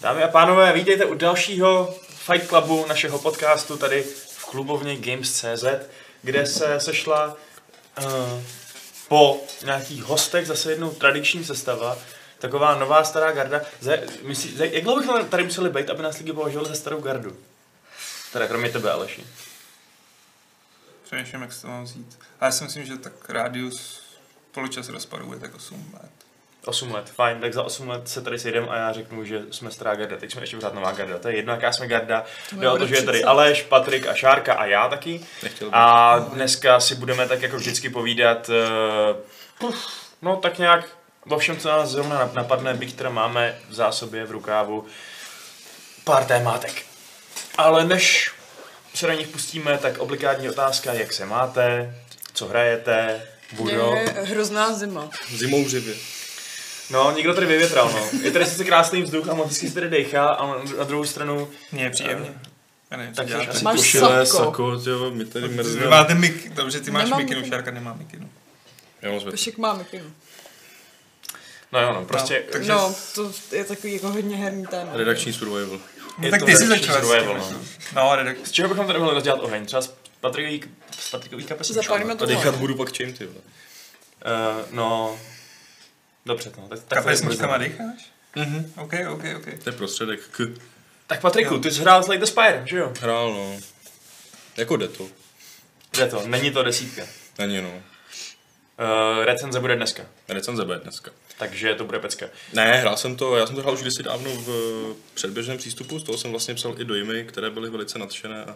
Dámy a pánové, vítejte u dalšího Fight Clubu našeho podcastu tady v klubovně Games.cz, kde se sešla uh, po nějakých hostech zase jednou tradiční sestava, taková nová stará garda. Ze, myslí, ze, jak dlouho bychom tady museli být, aby nás lidi považovali za starou gardu? Teda kromě tebe, Aleši. Přemýšlím, jak se to mám vzít. Ale já si myslím, že tak rádius poločas rozpadu bude tak 8 let. 8 let, fajn, tak za 8 let se tady sejdeme a já řeknu, že jsme stará garda, teď jsme ještě pořád nová garda, to je jedno, jaká jsme garda, jde o to, že je tady Aleš, Patrik a Šárka a já taky Nechtěl bych. a dneska si budeme tak jako vždycky povídat, eh, puf, no tak nějak o všem, co nás zrovna nap- napadne, byť teda máme v zásobě v rukávu pár témátek. Ale než se na nich pustíme, tak obligátní otázka, jak se máte, co hrajete, budo. Je hrozná zima. Zimou živě. No, někdo tady vyvětral, no. Je tady sice krásný vzduch a moc hezky se tady dechá a na druhou stranu... Mně je příjemně. Já nevím, co Tak děláte. jsi Máš Košile, sapko. sako, tyjo, my tady Vy mrzneme. máte mik, dobře, ty máš Nemám mikinu, mikinu. Šárka nemá mikinu. Já moc větru. Pešek má mikinu. No jo, no, prostě... No, tak- Takže- No, to je takový jako hodně herní téma. Redakční survival. No, Je tak to ty jsi redakční začal. zdroje, no. no. no, redak... Z čeho bychom tady mohli rozdělat oheň? Třeba z Patrikový, z Patrikový kapesničky? Zapálíme A to dechat moje. budu pak čím, ty vole. Eh, no... Dobře, no. Tak, tak, kapesničkama tak, dýcháš? Mhm. OK, OK, OK. To je prostředek k. tak Patriku, ty jsi hrál Slay the Spire, že jo? Hrál, no. Jako jde to. Kde to? Není to desítka. Není, no. Uh, recenze bude dneska, Recenze bude dneska. takže to bude pecka. Ne, hrál jsem to, já jsem to hrál už kdysi dávno v eh, předběžném přístupu, z toho jsem vlastně psal i dojmy, které byly velice nadšené a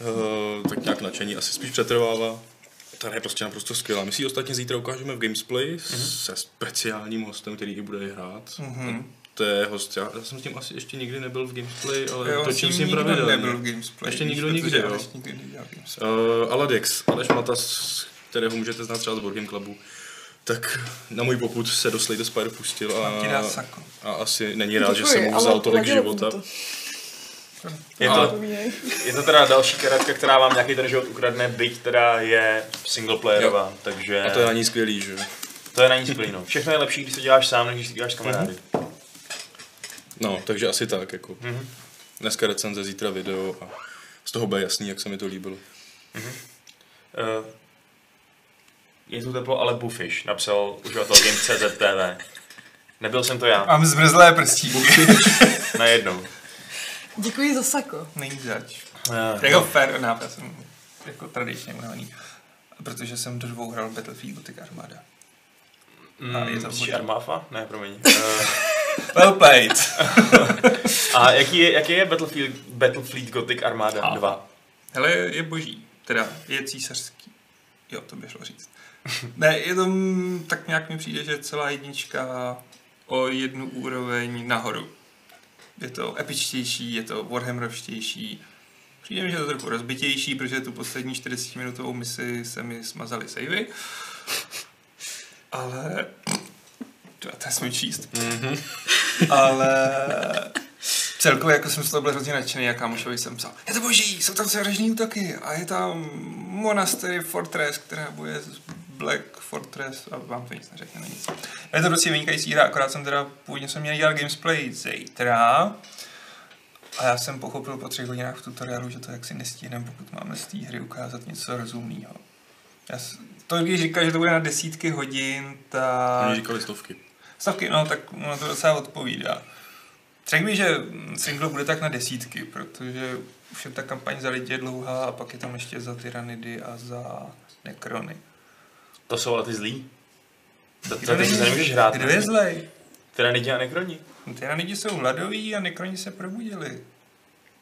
uh, tak nějak nadšení asi spíš přetrvává. Ta hra je prostě naprosto skvělá. My si ji ostatně zítra ukážeme v Gamesplay mm-hmm. se speciálním hostem, který ji bude hrát. Mm-hmm. Mhm. To je host, já, já jsem s tím asi ještě nikdy nebyl v Gamesplay, ale Jo, točím s s ním ním nikdo pravidelně. nebyl v Gamesplay. Ještě nikdo protože nikdy, jo. Aleš nikdy nedělal Gamesplay. Uh, Aladex, Aleš Matas, kterého můžete znát třeba z Board Game Clubu, tak na můj poput se do Slay the Spire pustil a, Ti dá sako. a asi není rád, že Děkuji, jsem mu ale vzal tolik vadilo mu života. to. Je Ale- to, Povídej. je to teda další karetka, která vám nějaký ten život ukradne, byť teda je singleplayerová, takže... A to je na ní skvělý, že? jo? To je na ní splíno. Všechno je lepší, když to děláš sám, než když to děláš s kamarády. Mm-hmm. No, takže asi tak, jako. Mhm. Mm-hmm. Dneska recenze, zítra video a z toho bude jasný, jak se mi to líbilo. Uh, je tu teplo, ale bufiš, napsal uživatel Game.cz TV. Nebyl jsem to já, Mám zmrzlé prstíky. najednou. Děkuji za sako. Není zač. Uh, Jako fair enough, já jsem jako tradičně unavený. Protože jsem do dvou hrál Battlefield Gothic Armada. a je to Myslíš možná. Armáfa? Mm, Ne, promiň. Uh, Well played. a jaký je, jaký je Battlefield, Battlefleet Gothic Armada A. 2? Hele, je boží. Teda, je císařský. Jo, to by šlo říct. Ne, je to mm, tak nějak mi přijde, že celá jednička o jednu úroveň nahoru. Je to epičtější, je to warhammerovštější. Přijde mi, že je to trochu rozbitější, protože tu poslední 40-minutovou misi se mi smazaly savey. Ale... To, to jsem číst. Ale celkově jako jsem z toho byl hrozně nadšený, jak kámošovi jsem psal. Je to boží, jsou tam vražní útoky a je tam monastery Fortress, která bude z Black Fortress a vám to nic neřekne, není nic. Je to docela vynikající hra, akorát jsem teda původně jsem měl dělat gamesplay zítra. A já jsem pochopil po třech hodinách v tutoriálu, že to jaksi nestihnem, pokud máme z té hry ukázat něco rozumného. Já s- to, když říkáš, že to bude na desítky hodin, tak... Oni říkali stovky. Stavky, no tak ono to docela odpovídá. Řekl mi, že single bude tak na desítky, protože už je ta kampaň za lidi je dlouhá a pak je tam ještě za tyranidy a za nekrony. To jsou ale ty zlí. To, to, to ty si nemůžeš hrát. Kdo je zlej? Teda nedělá nekroni. No, Tyranidi jsou hladoví a nekroni se probudili.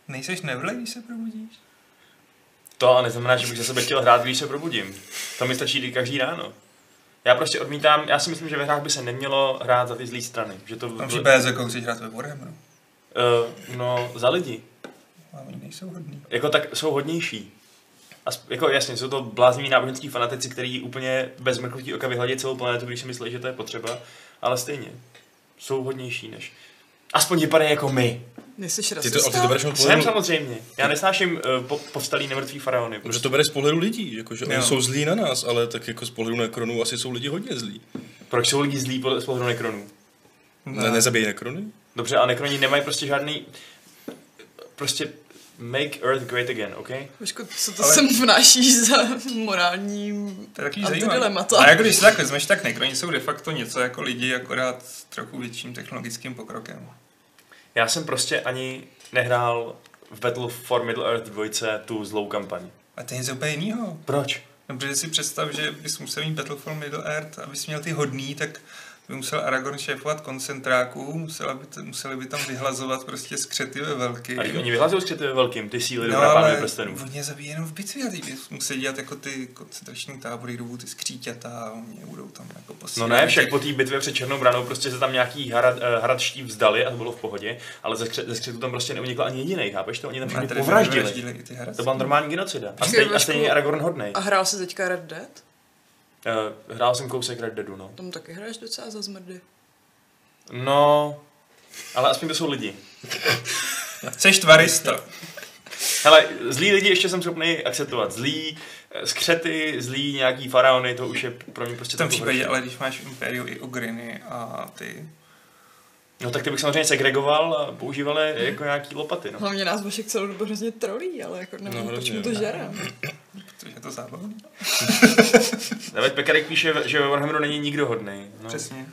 Nejseš nevlej, když se probudíš? To neznamená, že bych za sebe chtěl hrát, když se probudím. To mi stačí každý ráno. Já prostě odmítám, já si myslím, že ve hrách by se nemělo hrát za ty zlé strany. Že to V tom případě za koho chceš hrát ve Warhammeru. uh, no, za lidi. A oni nejsou hodní. Jako tak jsou hodnější. A jako jasně, jsou to blázniví náboženský fanatici, kteří úplně bez mrknutí oka vyhladí celou planetu, když si myslí, že to je potřeba. Ale stejně, jsou hodnější než... Aspoň vypadají jako my. Nejsi Ty to, a ty rasista? to bereš na Jsem pohledu, samozřejmě. Já nesnáším uh, po, povstalý nemrtví faraony. že Prostě. to bereš z pohledu lidí, jako, že oni Jo. jsou zlí na nás, ale tak jako z pohledu Nekronů asi jsou lidi hodně zlí. Proč jsou lidi zlí podle- z pohledu nekronů? Ne, nezabíjí Nekrony? Dobře, ale nekroni nemají prostě žádný... Prostě make Earth great again, OK? Počku, co to Ale- Ale... sem vnášíš za morální... To je takový A ty zajímavý. dilemata. A jako když se tak vezmeš, tak nekroni jsou de facto něco jako lidi, akorát s trochu větším technologickým pokrokem. Já jsem prostě ani nehrál v Battle for Middle Earth 2 tu zlou kampaň. A to je něco úplně jiného. Proč? No, protože si představ, že bys musel mít Battle for Middle Earth, abys měl ty hodný, tak by musel Aragorn šéfovat koncentráku, musela by t- museli by tam vyhlazovat prostě skřety ve velký. A když oni vyhlásili s ve velkým, ty síly No, no, na pánu ale prstenů. on je zabíjí jenom v bitvě a ty bys musí dělat jako ty koncentrační tábory, jdou ty skříťata a oni je budou tam jako No posílat. ne, však po té bitvě před Černou branou prostě se tam nějaký harad, eh, hradští vzdali a to bylo v pohodě, ale ze, skře- ze skřetu tam prostě neunikl ani jediný, chápeš to? Oni tam A všechny tady povraždili. vyvraždili i ty To byla hradce. normální genocida. A, Počkej, stejně a Vašku. stejně je Aragorn hodnej. A hrál jsi teďka Red Dead? Eh, hrál jsem kousek Red Deadu, no. Tam taky hraješ docela za zmrdy. No, ale aspoň to jsou lidi. Seš tvarista. Hele, zlí lidi ještě jsem schopný akceptovat. Zlí eh, skřety, zlí nějaký faraony, to už je pro mě prostě V tom trochu případě, horší. ale když máš Imperium i Ogriny a ty... No tak ty bych samozřejmě segregoval a používal je jako nějaký lopaty, no. Hlavně nás Vašek celou dobu hrozně trolí, ale jako nevím, No, no, hrozně, proč mu to no. žere. Protože je to zábavné. David Pekarek píše, že ve Warhammeru není nikdo hodný. No. Přesně.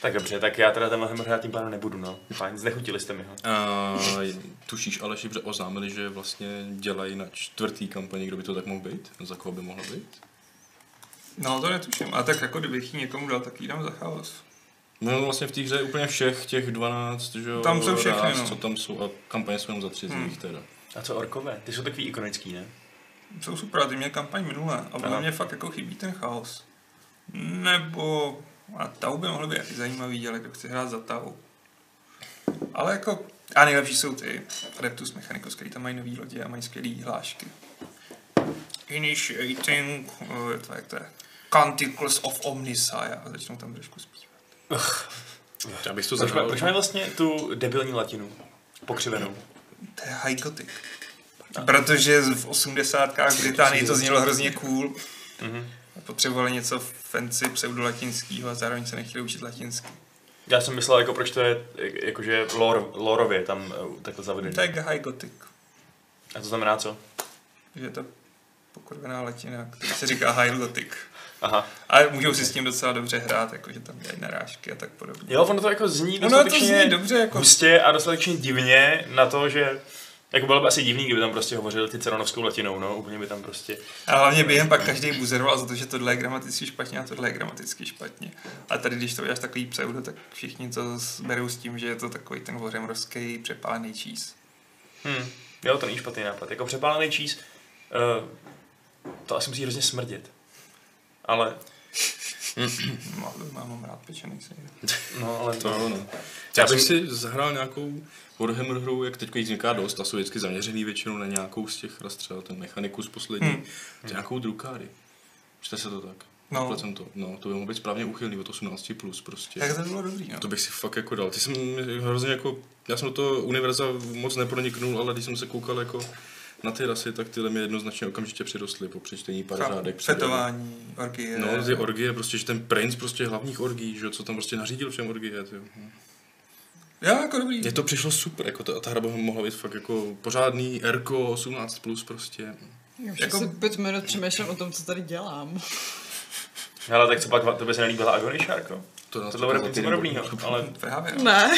Tak dobře, tak já teda ten Warhammer hrát tím pádem nebudu, no. Fajn, znechutili jste mi ho. A tušíš ale, že dobře oznámili, že vlastně dělají na čtvrtý kampani, kdo by to tak mohl být? Za koho by mohlo být? No, to netuším. A tak jako kdybych ji někomu dal, tak ji dám za chaos. No vlastně v té hře je úplně všech těch 12, že jo? Tam jsou všechny, ráz, no. co tam jsou a kampaně jsou jenom za tři z Hmm. nich teda. A co orkové? Ty jsou takový ikonický, ne? Jsou super, a ty měl kampaň minule. A podle Aha. mě fakt jako chybí ten chaos. Nebo... A Tau by mohlo být taky zajímavý, ale kdo chce hrát za Tau. Ale jako... A nejlepší jsou ty Adeptus Mechanicus, který tam mají nový lodě a mají skvělý hlášky. Initiating... eh, to, jak to je? Canticles of Omnisaya. A začnou tam trošku zpívat. Já bych to Proč, má- zahrál. proč mají vlastně tu debilní latinu? Pokřivenou. To je high gothic. Protože v osmdesátkách v Británii to znělo hrozně cool. Mhm. Potřebovali něco fancy pseudolatinského a zároveň se nechtěli učit latinsky. Já jsem myslel, jako proč to je, jak- jakože lore, lorově tam eh, takhle zavedený. To je high gothic. A to znamená co? Že je to pokorvená latina, která se říká high gothic. Aha. A můžou si s tím docela dobře hrát, jakože tam dělají narážky a tak podobně. Jo, ono to jako zní Ono to dostatečně zní dobře, jako hustě a dostatečně divně na to, že jako bylo by asi divný, kdyby tam prostě hovořili ty ceronovskou latinou, no, úplně by tam prostě... A hlavně během pak každý buzeroval za to, že tohle je gramaticky špatně a tohle je gramaticky špatně. A tady, když to uděláš takový pseudo, tak všichni to s- berou s tím, že je to takový ten voremrovský přepálený čís. Hm, jo, to není špatný nápad. Jako přepálený čís, uh, to asi musí hrozně smrdět. Ale, No, ale mám rád pečený sejr. no, ale... To jo, no. Já Já jsem- bych si zahrál nějakou Warhammer hru, jak teď jich vzniká dost, a jsou vždycky zaměřený většinou na nějakou z těch hra, třeba ten Mechanicus poslední, Hmm. hmm. nějakou drukáry. Čte se to tak? No. No. Jsem to. no, to by mohlo být správně uchylný od 18 plus prostě. Tak to bylo dobrý, no. To bych si fakt jako dal. Ty jsem hrozně jako, já jsem do toho univerza moc neproniknul, ale když jsem se koukal jako na ty rasy, tak tyhle mi jednoznačně okamžitě přirostly po přečtení pár Chápu. řádek. přede mnou. Fetování, orgie. No, ty orgie, prostě, že ten princ prostě hlavních orgí, že jo, co tam prostě nařídil všem orgie, ty jo. Jo, jako dobrý. Mně to přišlo super, jako ta, ta hra by mohla být fakt jako pořádný Erko 18 plus prostě. Už Jako- jako... asi pět minut přemýšlím o tom, co tady dělám. Hele, tak co pak tebe se nelíbila Agony Sharko? No, To na Tohle bude něco podobného, ale Právě, no. Ne.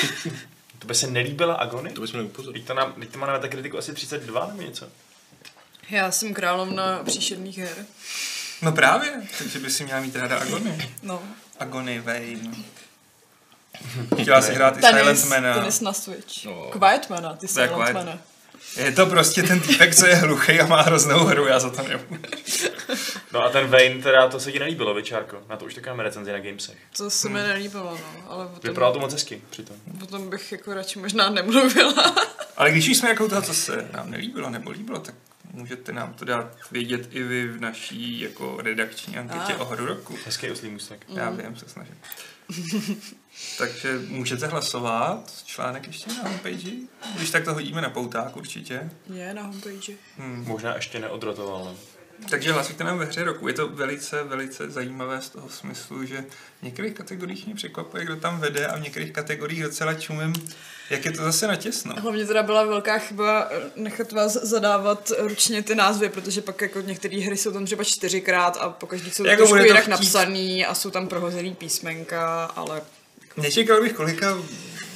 tebe se nelíbila Agony? To bychom neupozorili. Teď to, nám, teď to má na kritiku asi 32 nebo něco. Já jsem královna příšerných her. no právě, takže by si měla mít ráda Agony. No. Agony, Vane. Chtěla si hrát i Tenis, Silent Mana. tenis na Switch. No. Quietmana, ty je Quiet- Silentmana. Je to prostě ten týpek, co je hluchý a má hroznou hru, já za to nemůžu. No a ten Vane, teda to se ti nelíbilo, Vyčárko. Na to už taká recenzi na Gamesech. To se Hmm. mi nelíbilo, no. Ale o Vypadalo tom, to moc hezky přitom. o tom bych jako radši možná nemluvila. Ale když už jsme jako u toho, co se nám nelíbilo nebo líbilo, tak můžete nám to dát vědět i vy v naší jako redakční anketě Ah. o hru roku. Hezký oslý můstek. Já vím, se snažím. Takže můžete hlasovat, článek ještě na homepage, když tak to hodíme na pouták určitě. Je na homepage. Hmm. Možná ještě neodrotoval. no. Takže hlasujte nám ve hře roku. Je to velice, velice zajímavé z toho smyslu, že v některých kategoriích mě překvapuje, kdo tam vede a v některých kategoriích docela čumím, jak je to zase natěsno. Hlavně teda byla velká chyba eh, nechat vás zadávat ručně ty názvy, protože pak jako některé hry jsou tam třeba čtyřikrát a po každý jsou Jako jako trošku bude to jinak chtít. napsaný a jsou tam prohozený písmenka, ale Nečekal bych kolika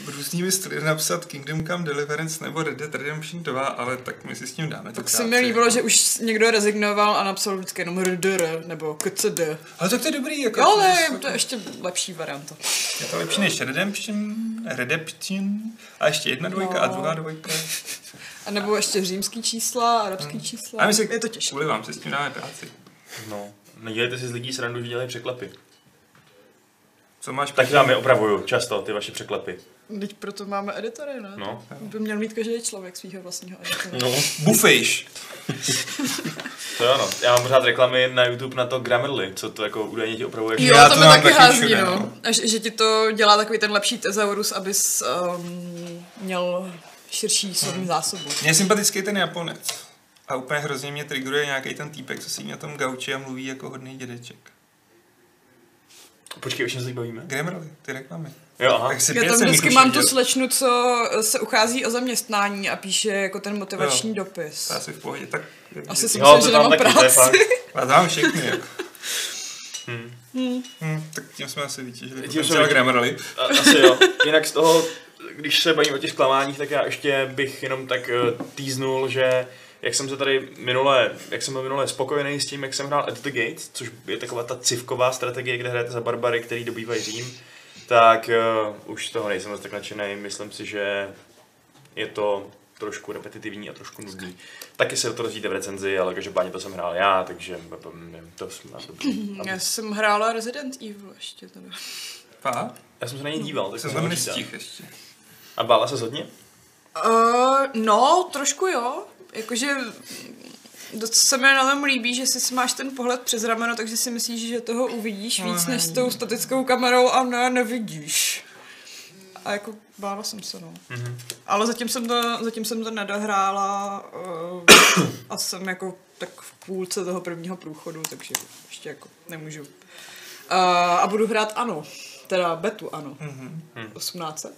různými styly napsat Kingdom Come Deliverance nebo Red Dead Redemption 2, ale tak my si s tím dáme. tu tak se mi práci. líbilo, že už někdo rezignoval a napsal vždycky jenom RDR nebo KCD. Ale tak to je dobrý, jako... Jo, ale že- to je ještě lepší varianta. Je to lepší než Redemption, Redemption a ještě jedna dvojka no. a druhá dvojka. A nebo ještě římský čísla, arabský čísla. Hmm. A my si Je to těžké. Kvůli vám si s tím dáme práci. No, nedělejte si z lidí srandu, že dělají překlepy. Co máš Taky vám je opravuju často, ty vaše překlepy. Teď proto máme editory, ne? No. By měl mít každý člověk svého vlastního editora. No, Bufejš. To jo, no. Já mám pořád reklamy na YouTube na to Grammarly, co to jako údajně ti opravuje. Jo, Já to to mi mám taky taky hází, všude, no. no. A že, že ti to dělá takový ten lepší tezaurus, abys um, měl širší Hmm. slovní zásobu. Mně je sympatický ten Japonec. A úplně hrozně mě trigruje nějaký ten týpek, co sedí na tom gauči a mluví jako hodný dědeček. Počkej, už se bavíme. Grammarly, ty reklamy. Jo, aha. Tak si Já pět tam jsem jich vždycky už mám viděl. tu slečnu, co eh, se uchází o zaměstnání a píše jako ten motivační Jo. dopis. To je Asi v pohodě, tak... Asi si Jo, myslím, to že tam nemám taky, to je práci. fakt. Já to mám všechny, jako. Hmm, tak tím jsme asi vytěžili Tím potenciál jsme- Grammarly. A- Asi jo. Jinak z toho, když se bavím o těch zklamáních, tak já ještě bych jenom tak eh, týznul, že jak jsem se tady minule, jak jsem byl minule spokojený s tím, jak jsem hrál At the Gate, což je taková ta civková strategie, kde hrajete za barbary, který dobývají Řím, tak uh, už z toho nejsem moc tak nadšený. Myslím si, že je to trošku repetitivní a trošku nudný. Taky se to dozvíte v recenzi, ale každopádně to jsem hrál já, takže mm, to jsem na to. Já jsem hrála Resident Evil ještě teda. Pá, Já jsem se na něj díval, tak jsem jsem tam se nestih ještě. A bála se hodně? Uh, no, trošku jo. Jakože dost se mi na tom líbí, že si máš ten pohled přes rameno, takže si myslíš, že toho uvidíš víc než s tou statickou kamerou a ne, nevidíš. A jako bála jsem se, no. Mm-hmm. Ale zatím jsem to, zatím jsem to nedohrála uh, a jsem jako tak v půlce toho prvního průchodu, takže ještě jako nemůžu. Uh, a budu hrát ano, teda betu ano. Mm-hmm. 1800?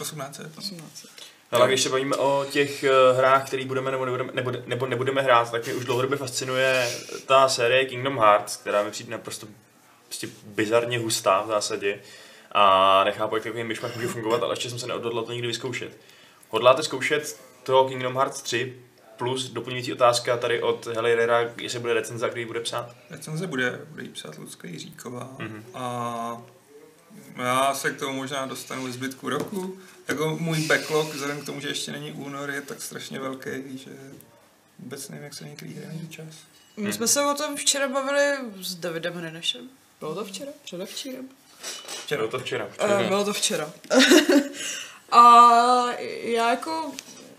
18. 1800. Ale když se bavíme o těch eh, hrách, které budeme nebo nebudeme, nebo, nebo nebudeme hrát, tak mě už dlouhodobě fascinuje ta série Kingdom Hearts, která mi přijde naprosto prostě bizarně hustá v zásadě. A nechápu, jak takový myšmaš může fungovat, ale ještě jsem se neodhodlal to nikdy vyzkoušet. Hodláte zkoušet toho Kingdom Hearts 3 plus doplňující otázka tady od Heli Rera, jestli bude recenze, a kdy ji bude psát? Recenze bude, bude jí psát Lucka Jiříková. Mm-hmm. Mhm. A já se k tomu možná dostanu ve zbytku roku. Jako můj backlog, vzhledem k tomu, že ještě není únor, je tak strašně velký, že vůbec nevím, jak se někdy hraje na čas. My jsme se o tom včera bavili s Davidem Hrenešem. Bylo to včera? Předevčírem? Bylo Eh, to včera. Uh, bylo to včera. A já jako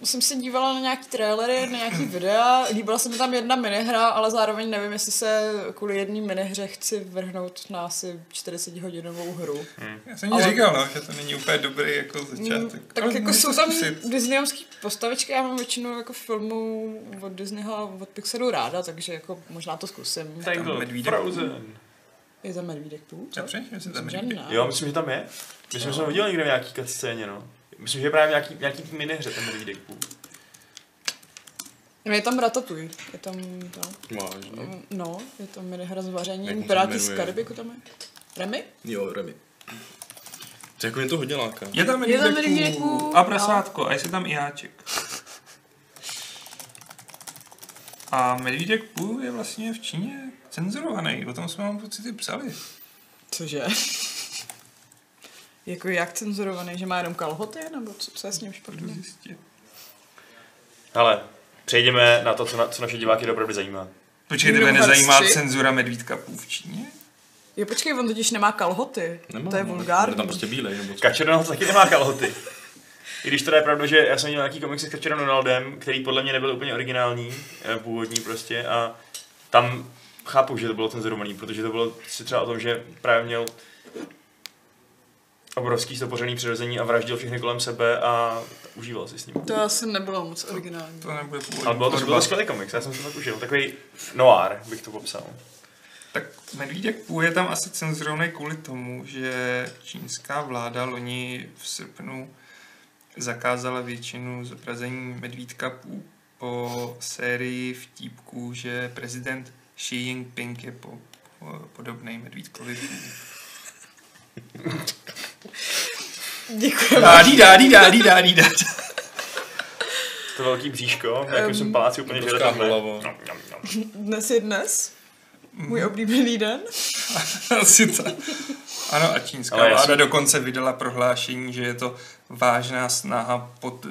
jsem se dívala na nějaký trailery, na nějaký videa, líbila se mi tam jedna minihra, ale zároveň nevím, jestli se kvůli jedné minihře chci vrhnout na asi 40 hodinovou hru. Já jsem ti Ale- říkal, no, že to není úplně dobrý jako začátek. tak Ale jako můžeš jsou to tam zkusit. disneyovské postavičky, já mám většinou jako filmů od Disneyho a od Pixaru ráda, takže jako možná to zkusím. Tangled, medvídek. Frozen. Je tam medvídek tu? Já přemýšlím, jestli tam Myslím, že je. ne. Jo, myslím, že tam je. Myslím, že jsem ho viděl někde v nějaký cutscéně, no. Myslím, že je právě v nějaký, nějaký minihře ten medvídek. No, Je tam Ratatouille, je tam, no, vážně. no je tam hra s Jak vařením, on se Piráti z jmenuje? Karibiku tam je. Remy? Jo, Remy. To jako mě to hodně láká. Je tam Je tam medvídeků medvídeků, A no. prasátko, a jestli tam i jáček. A medvídek půl je vlastně v Číně cenzurovaný, o tom jsme vám pocity psali. Cože? jako jak cenzurovaný, že má jenom kalhoty, nebo co, co je s ním Jdu špatně? zjistit. Ale přejdeme na to, co, na, co naše diváky opravdu zajímá. Počkej, tebe Kingdom Hearts nezajímá 3? cenzura medvídka půl v Číně? Jo, počkej, on totiž nemá kalhoty, Nemám, to je no, vulgární. je tam prostě bílej, nebo co? Kačer Donald taky nemá kalhoty. I když teda je pravda, že já jsem měl nějaký komiksy s Kačerem Donaldem, který podle mě nebyl úplně originální, eh, původní prostě, a tam chápu, že to bylo cenzurovaný, protože to bylo si třeba o tom, že právě měl obrovský stopořený přirození a vraždil všechny kolem sebe a užíval si s ním. To asi nebylo moc originální. To nebude původní Ale byl to, byl tvorba. to skvělý komiks, já jsem se tak užil. Takový noir bych to popsal. Tak Medvídek Půl je tam asi cenzurovaný kvůli tomu, že čínská vláda loni v srpnu zakázala většinu zobrazení Medvídka Půl po sérii vtípků, že prezident Xi Jinping je po, po, podobný Medvídkovi Půl. Děkuji. Dádí, dádí, dádí, dádí, dádí. To velký bříško, na jakém Ehm, jsem paláci úplně že obrovská hlava. Dnes je dnes. Můj oblíbený den. Asi ta. Ano, a čínská Ale já vláda jsem- dokonce vydala prohlášení, že je to vážná snaha pod,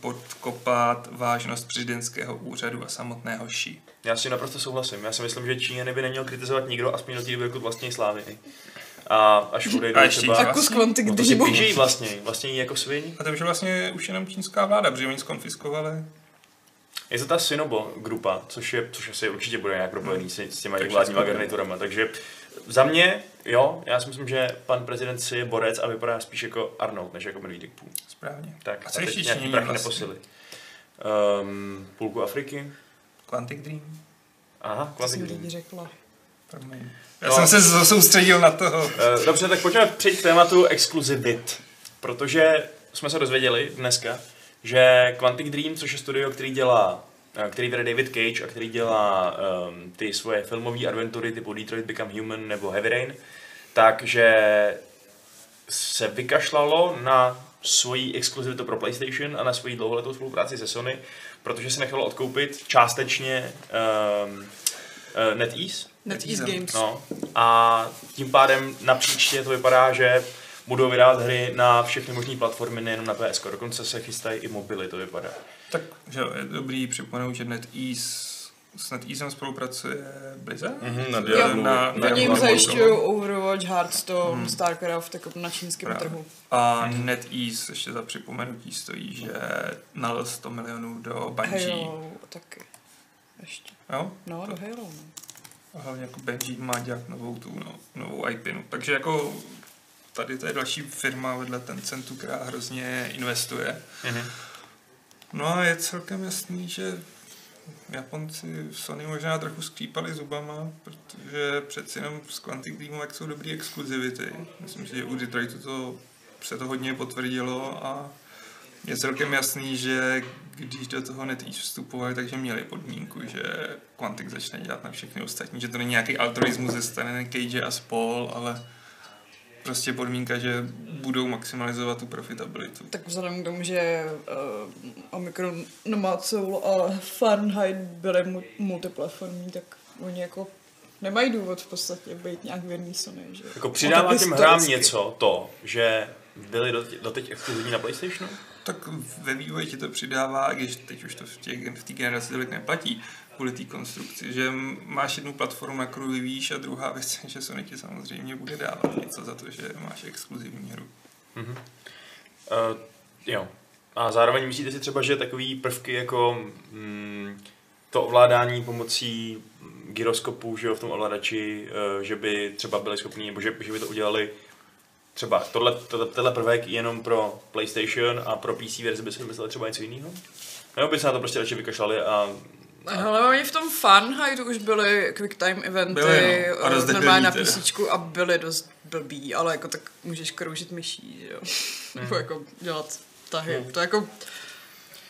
podkopat vážnost prezidentského úřadu a samotného ší. Já si naprosto souhlasím. Já si myslím, že Číňany by neměl kritizovat nikdo, aspoň do té doby, dokud vlastní slávy. A až Mhm. A odejdou ještě třeba... A kus kvanty, No to si když pížejí vlastně, vlastně jako sviň. A to už je vlastně už jenom čínská vláda, protože oni skonfiskovali. Je to ta Sinobo grupa, což, je, což asi určitě bude nějak propojený s, s těma Takže vládníma spokojený. garniturama. Takže za mě, jo, já si myslím, že pan prezident si je borec a vypadá spíš jako Arnold, než jako Medvídek Půl. Správně. Tak, a co ještě nějaký Číňani prachy vlastně? neposily. Um, půlku Afriky. Quantic Dream? Aha, To jsem klasik. lidi řekla. Promiň. Já No. jsem se z- soustředil na toho. Eh, dobře, tak pojďme přejít k tématu exkluzivit. Protože jsme se dozvěděli dneska, že Quantic Dream, což je studio, který dělá eh, který vede David Cage a který dělá um, ty svoje filmové adventury typu Detroit Become Human nebo Heavy Rain, takže se vykašlalo na svoji exkluzivitu pro PlayStation a na svoji dlouholetou spolupráci se Sony, protože se nechalo odkoupit částečně um, uh, NetEase, NetEase Games. No. A tím pádem na příště to vypadá, že budou vydávat hry na všechny možné platformy, nejenom na PS. Dokonce se chystají i mobily, to vypadá. Tak že jo, je dobrý připomenout, že NetEase s NetEasem spolupracuje Blizzard? Mhm, na Diablo. Diablu. Na, na Oni jim Diablo. zajišťují Overwatch, Hearthstone, StarCraft jako na čínském Právě. trhu. A NetEase ještě za připomenutí stojí, že nalil 100 milionů do Bungie. Halo taky. Ještě. Jo? No, do Halo. No. A hlavně jako Bungie má dělat novou tu no, novou IPinu. Takže jako tady to je další firma vedle Tencentu, která hrozně investuje. Mhm. No a je celkem jasný, že Japonci v Sony možná trochu skřípali zubama, protože přeci jenom z Quantic Dreamu jak jsou dobrý exkluzivity. Myslím si, že u Detroitu to se to hodně potvrdilo a je celkem jasný, že když do toho NetEase vstupovali, takže měli podmínku, že Quantic začne dělat na všechny ostatní, že to není nějaký altruismus ze strany Cage a Spol, ale prostě podmínka, že budou maximalizovat tu profitabilitu. Tak vzhledem k tomu, že uh, Omikron Nomad Soul a Fahrenheit byly mu- multiplatformní, tak oni jako nemají důvod v podstatě být nějak věrný Sony, že? Jako přidává No, těm tak hrám historicky. něco to, že byly dotě- doteď exkluzivní na PlayStationu? Tak ve vývoji ti to přidává, i když teď už to v té v té generaci tolik neplatí, kvůli té konstrukci, že m- máš jednu platformu, na kterou vyvíjíš a druhá věc, je, že Sony ti samozřejmě bude dávat něco za to, že máš exkluzivní hru. Mhm. Uh, jo. A zároveň myslíte si třeba, že takový prvky jako mm, to ovládání pomocí mm, gyroskopu že jo, v tom ovladači, uh, že by třeba byli schopni, nebo že, že by to udělali třeba tohle, tohle, tenhle prvek jenom pro PlayStation a pro PC verzi by si mysleli třeba něco jiného? Nebo by se na to prostě radši vykašlali a... Ale oni v tom Fahrenheitu už byly quick time eventy, Byly, no. A eh, dost normálně na debilní teda. písíčku a byly dost blbý, ale jako tak můžeš kroužit myší, že jo? Nebo jako dělat tahy. Hmm. To jako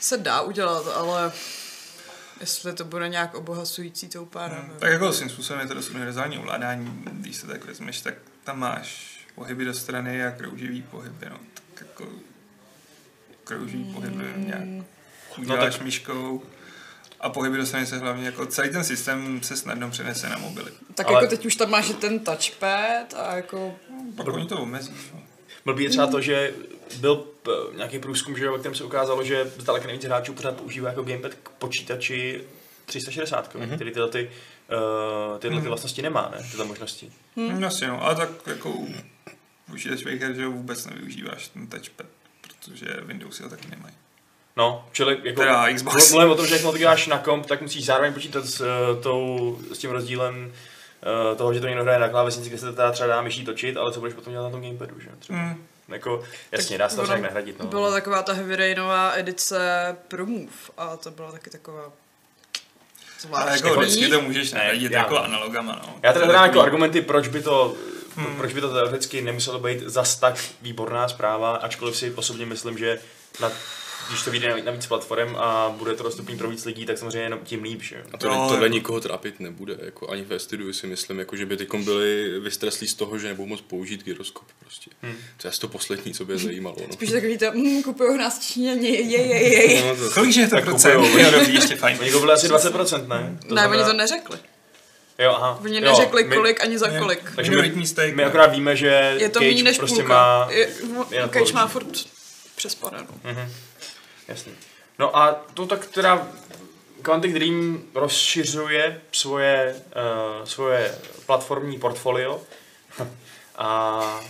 se dá udělat, ale jestli to bude nějak obohacující, to úplně nevím. Tak jako svým způsobem je to dost univerzální ovládání, když se tak vezmeš, tak tam máš pohyby do strany a krouživý pohyby, no. Tak jako krouživý pohyby nějak uděláš no, tak... myškou a pohyby do strany se hlavně jako celý ten systém se snadno přenese na mobily. Tak Ale- ale... jako teď už tam máš i ten touchpad a jako... Pak oni to omezí. no. Blbý je třeba to, že byl p- nějaký průzkum, že jo, ve kterém se ukázalo, že zdaleka nejvíc hráčů pořád používá jako gamepad k počítači 360, Mhm. mm-hmm. který tyhle, ty, uh, tyhle ty vlastnosti nemá, ne? Tyhle možnosti. Hmm. Asi no, ale tak jako u počítačových her, že jo, vůbec nevyužíváš ten touchpad, protože Windowsy ho taky nemají. No, čili jako... Teda Xbox. Mluvím o tom, že jak děláš na komp, tak musíš zároveň počítat s, uh, tou, s tím rozdílem eh, uh, toho, že to někdo hraje na klávesnici, kde se to teda třeba dá myší točit, ale co budeš potom dělat na tom gamepadu, že? jo, Třeba. Hmm. Jako, jasně, dá se to Ono nějak nahradit, no. Byla taková ta Heavyrainová edice pro Move a to byla taky taková Ale zvláštní. jako vždycky to můžeš Ne, nahradit já jako ne. analogama, no. Já teda To je hledám jako takový- Hmm. argumenty, proč by to proč by to teoreticky nemuselo být zas tak výborná zpráva, ačkoliv si osobně myslím, že na, když to vyjde na- na víc platform a bude to dostupný pro víc lidí, tak samozřejmě jenom tím líp, že jo. A to, No, no, tohle jako- nikoho trápit nebude, jako ani ve studiu si myslím, jako, že by ty byli vystreslí z toho, že nebudou moc použít gyroskop prostě. Hmm. To je asi to poslední, co by je zajímalo. No. Spíš takový to, mm, kupují nás v Číně, je, je, je, je. No, to- Kolik že je to procent? kupujou, Jo, dobrý, ještě fajn. Oni to bylo asi 20%, ne? Ne, No, oni to neřekli. Jo, aha. Oni Jo, neřekli my- kolik ani za Ne. kolik. Takže Minoritní steak, my, my ne. akorát víme, že Je to Cage méně než prostě půlka. má... je, je na Cage má polovině. furt přespadenou. Jasný. No a to tak teda Quantic Dream rozšiřuje svoje, uh, svoje platformní portfolio. a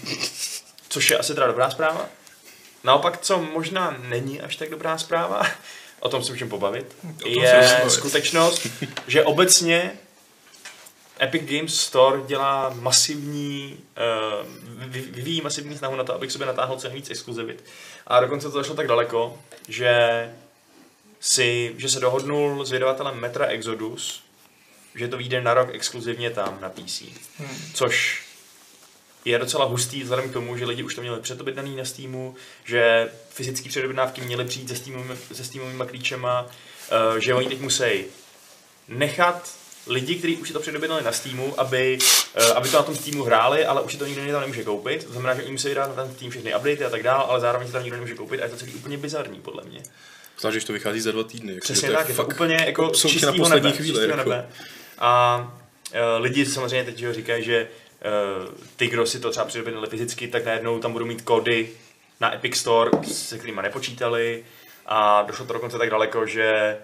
což je asi teda dobrá zpráva. Naopak, co možná není až tak dobrá zpráva, o tom se můžeme pobavit, se můžeme je bavit. skutečnost, že obecně Epic Games Store dělá masivní, uh, vyvíjí masivní snahu na to, aby k sobě natáhl co nejvíc exkluzivit. A dokonce to zašlo tak daleko, že si, že se dohodnul s vydavatelem Metra Exodus, že to vyjde na rok exkluzivně tam na PC. Hmm. Což je docela hustý vzhledem k tomu, že lidi už to měli předobjednaný na Steamu, že fyzické předobjednávky měly přijít se, Steamovými, se Steamovými klíčema, eh, že oni teď musí nechat lidi, kteří už si to předobjednali na Steamu, aby, eh, aby to na tom Steamu hráli, ale už si to nikdo jiný tam nemůže koupit. To znamená, že oni musí dát na ten Steam všechny updaty a tak dále, ale zároveň si tam nikdo nemůže koupit a je to celý úplně bizarní, podle mě. Zvlášť, když to vychází za dva týdny. jako, Přesně že tak, je to fakt úplně jako absolutně na čistýho poslední nebe, chvíli, čistýho jako. nebe. A e, lidi samozřejmě teď že říkají, že e, ty, kdo si to třeba předobědnili fyzicky, tak najednou tam budou mít kody na Epic Store, se kterými nepočítali a došlo to dokonce tak daleko, že e,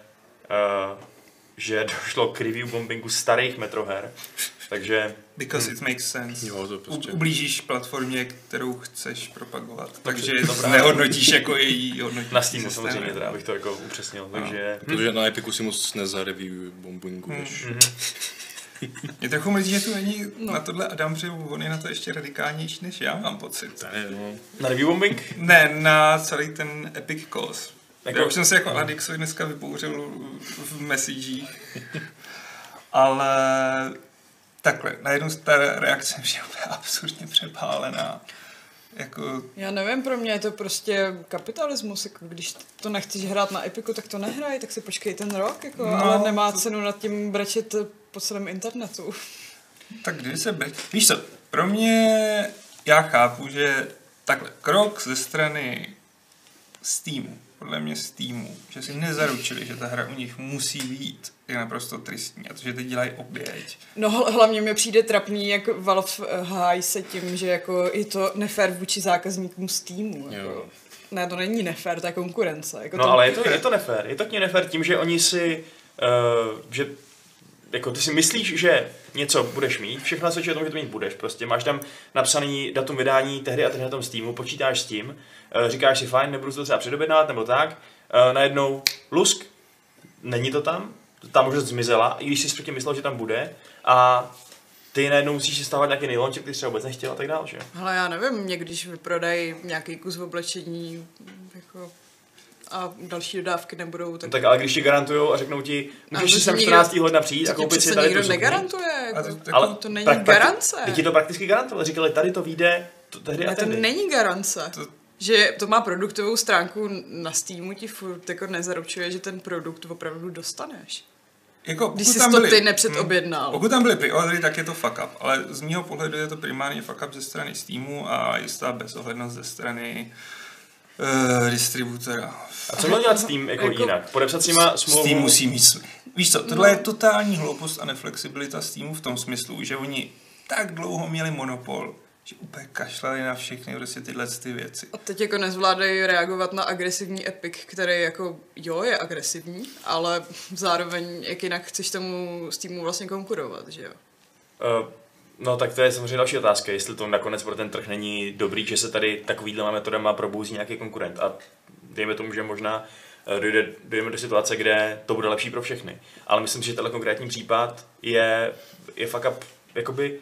že došlo k review bombingu starých metroher, takže Because it makes sense. Jo, to prostě- U- Ublížíš platformě, kterou chceš propagovat. Takže dobrá. nehodnotíš jako její hodnotí. na Steamu samozřejmě teda, abych to jako upřesnil, takže... Protože na Epiku si moc nezareview bombingu, než Mě trochu mrzí, že tu není na tohle Adam, protože on je na to ještě radikálnější než já, mám pocit. Ne, no. Na review bombing? Ne, na celý ten epic cause. Jako- Jako... Já už jsem se jako Adixovi dneska vybouřil v messagech. Ale takhle, najednou ta reakce je úplně absurdně přepálená. Jako Já nevím, pro mě je to prostě kapitalismus, jako když to nechceš hrát na Epiku, tak to nehraj, tak si počkej ten rok, jako, No, no, ale nemá to- to... cenu nad tím brečet po celém internetu. Tak kdyby se beď... Víš co, pro mě, já chápu, že takhle, krok ze strany Steamu, podle mě Steamu, že si nezaručili, že ta hra u nich musí být, je naprosto tristní. A to, že teď dělají oběť. No hl- hlavně mi přijde trapný, jak Valve eh, hájí se tím, že jako je to nefér vůči zákazníkům Steamu. Jako. Jo. Ne, to není nefér, to je konkurence. Jako No to... ale je to, je to nefér. Je to k ní nefér tím, že oni si, uh, že jako ty si myslíš, že něco budeš mít, všechno svědčí o tom, že to mít budeš. Prostě máš tam napsaný datum vydání tehdy a tehdy na tom Steamu, počítáš s tím, uh, říkáš si fajn, nebudu si to třeba předobjednávat nebo tak, uh, najednou lusk, není to tam, ta možnost zmizela, i když jsi předtím myslel, že tam bude a ty najednou musíš si stávat nějaký nejlonček, který jsi třeba vůbec nechtěl a tak dále, že? Hele, já nevím, mě když vyprodají nějaký kus oblečení jako, a další dodávky nebudou, No tak, tak ale když ti garantujou a řeknou ti, můžeš to si si sem nikdo- 14. ledna přijít a tak koupit si se tady tu prostě nikdo sukni. negarantuje. A Jako. to, tak, Ale to není prakti- garance. Teď ti to prakticky garantovali. Říkali, tady to vyjde to tehdy a Ne, to tehdy. není garance. jako, To- Že to má produktovou stránku na Steamu, ti furt jako nezaručuje, že ten produkt opravdu dostaneš. Jako, pokud Když jsi tam to byli- ty Hmm. nepředobjednal. Pokud tam byly preordery, tak je to fuck up, ale z mýho pohledu je to primárně fuck up ze strany Steamu a jistá bezohlednost ze strany uh, distributora. A co měl dělat Steam jako, Jako- jinak? Podepsat s nima smlouvu? Steam musí mít své. Víš co, No. tohle je totální hloupost a neflexibilita Steamu v tom smyslu, že oni tak dlouho měli monopol, že úplně kašlali na všechny prostě tyhle ty věci. A teď jako nezvládají reagovat na agresivní Epic, který jako jo, je agresivní, ale zároveň jak jinak chceš tomu Steamu vlastně konkurovat, že jo? Eh, No tak to je samozřejmě další otázka, jestli to nakonec pro ten trh není dobrý, že se tady takovýhle metodama probouzí nějaký konkurent. A dejme tomu, že možná eh, dojde, dojdeme do situace, kde to bude lepší pro všechny. Ale myslím si, že tenhle konkrétní případ je, je fuck up, jakoby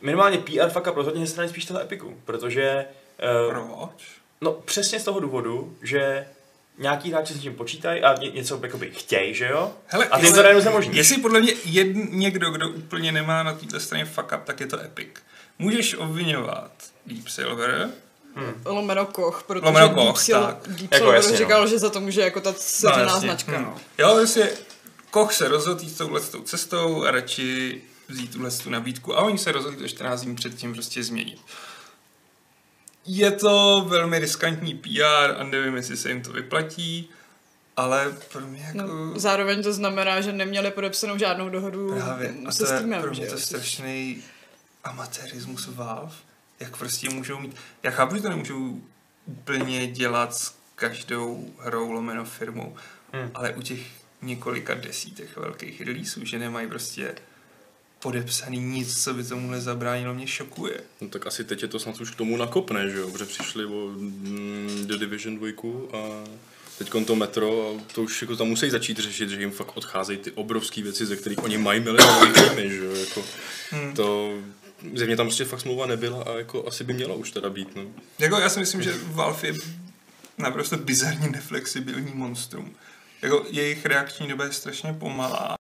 minimálně PR fuck up rozhodně ze strany spíš toho Epiku, protože eh, Proč? No přesně z toho důvodu, že nějaký hráči s tím počítají a ně, něco jakoby chtějí, že jo? Hele, a ty jim jestli- to najednou znemožní. Jestli podle mě jedn, někdo, kdo úplně nemá na této straně fuck up, tak je to Epic. Můžeš obvinovat Deep Silver, Lomeno Koch, protože Lomeno Deep Koch, Sil- tak. Deep Jako Silver jasně, no. říkal, že za to může jako ta seřená No, jasně. Hmm. značka. No. Hm. Jo, jestli Koch se rozhodl jít touhle tou cestou a radši vzít tuhle tu nabídku a oni se rozhodli to 14 dní předtím prostě změnit. Je to velmi riskantní PR a nevím, jestli se jim to vyplatí, ale pro mě jako... No, zároveň to znamená, že neměli podepsanou žádnou dohodu Právě, a Mm, se to je Steamem. pro že mě jo, to což- strašný amatérismus Valve, jak prostě můžou mít, já chápu, že to nemůžou úplně dělat s každou hrou lomeno firmou, Hmm. hmm. ale u těch několika desítek velkých releaseů, že nemají prostě podepsaný nic, co by tomuhle zabránilo, mě šokuje. No tak asi teď je to snad už k tomu nakopne, že jo, protože přišli o mm, The Division 2 a teď to metro a to už jako tam musí začít řešit, že jim fakt odcházejí ty obrovské věci, ze kterých oni mají miliony firmy, že jo, jako Hmm. to zjevně tam prostě fakt smlouva nebyla a jako asi by měla už teda být, no. Jako já si myslím, že Valve je naprosto bizarně neflexibilní monstrum. Jako jejich reakční doba je strašně pomalá.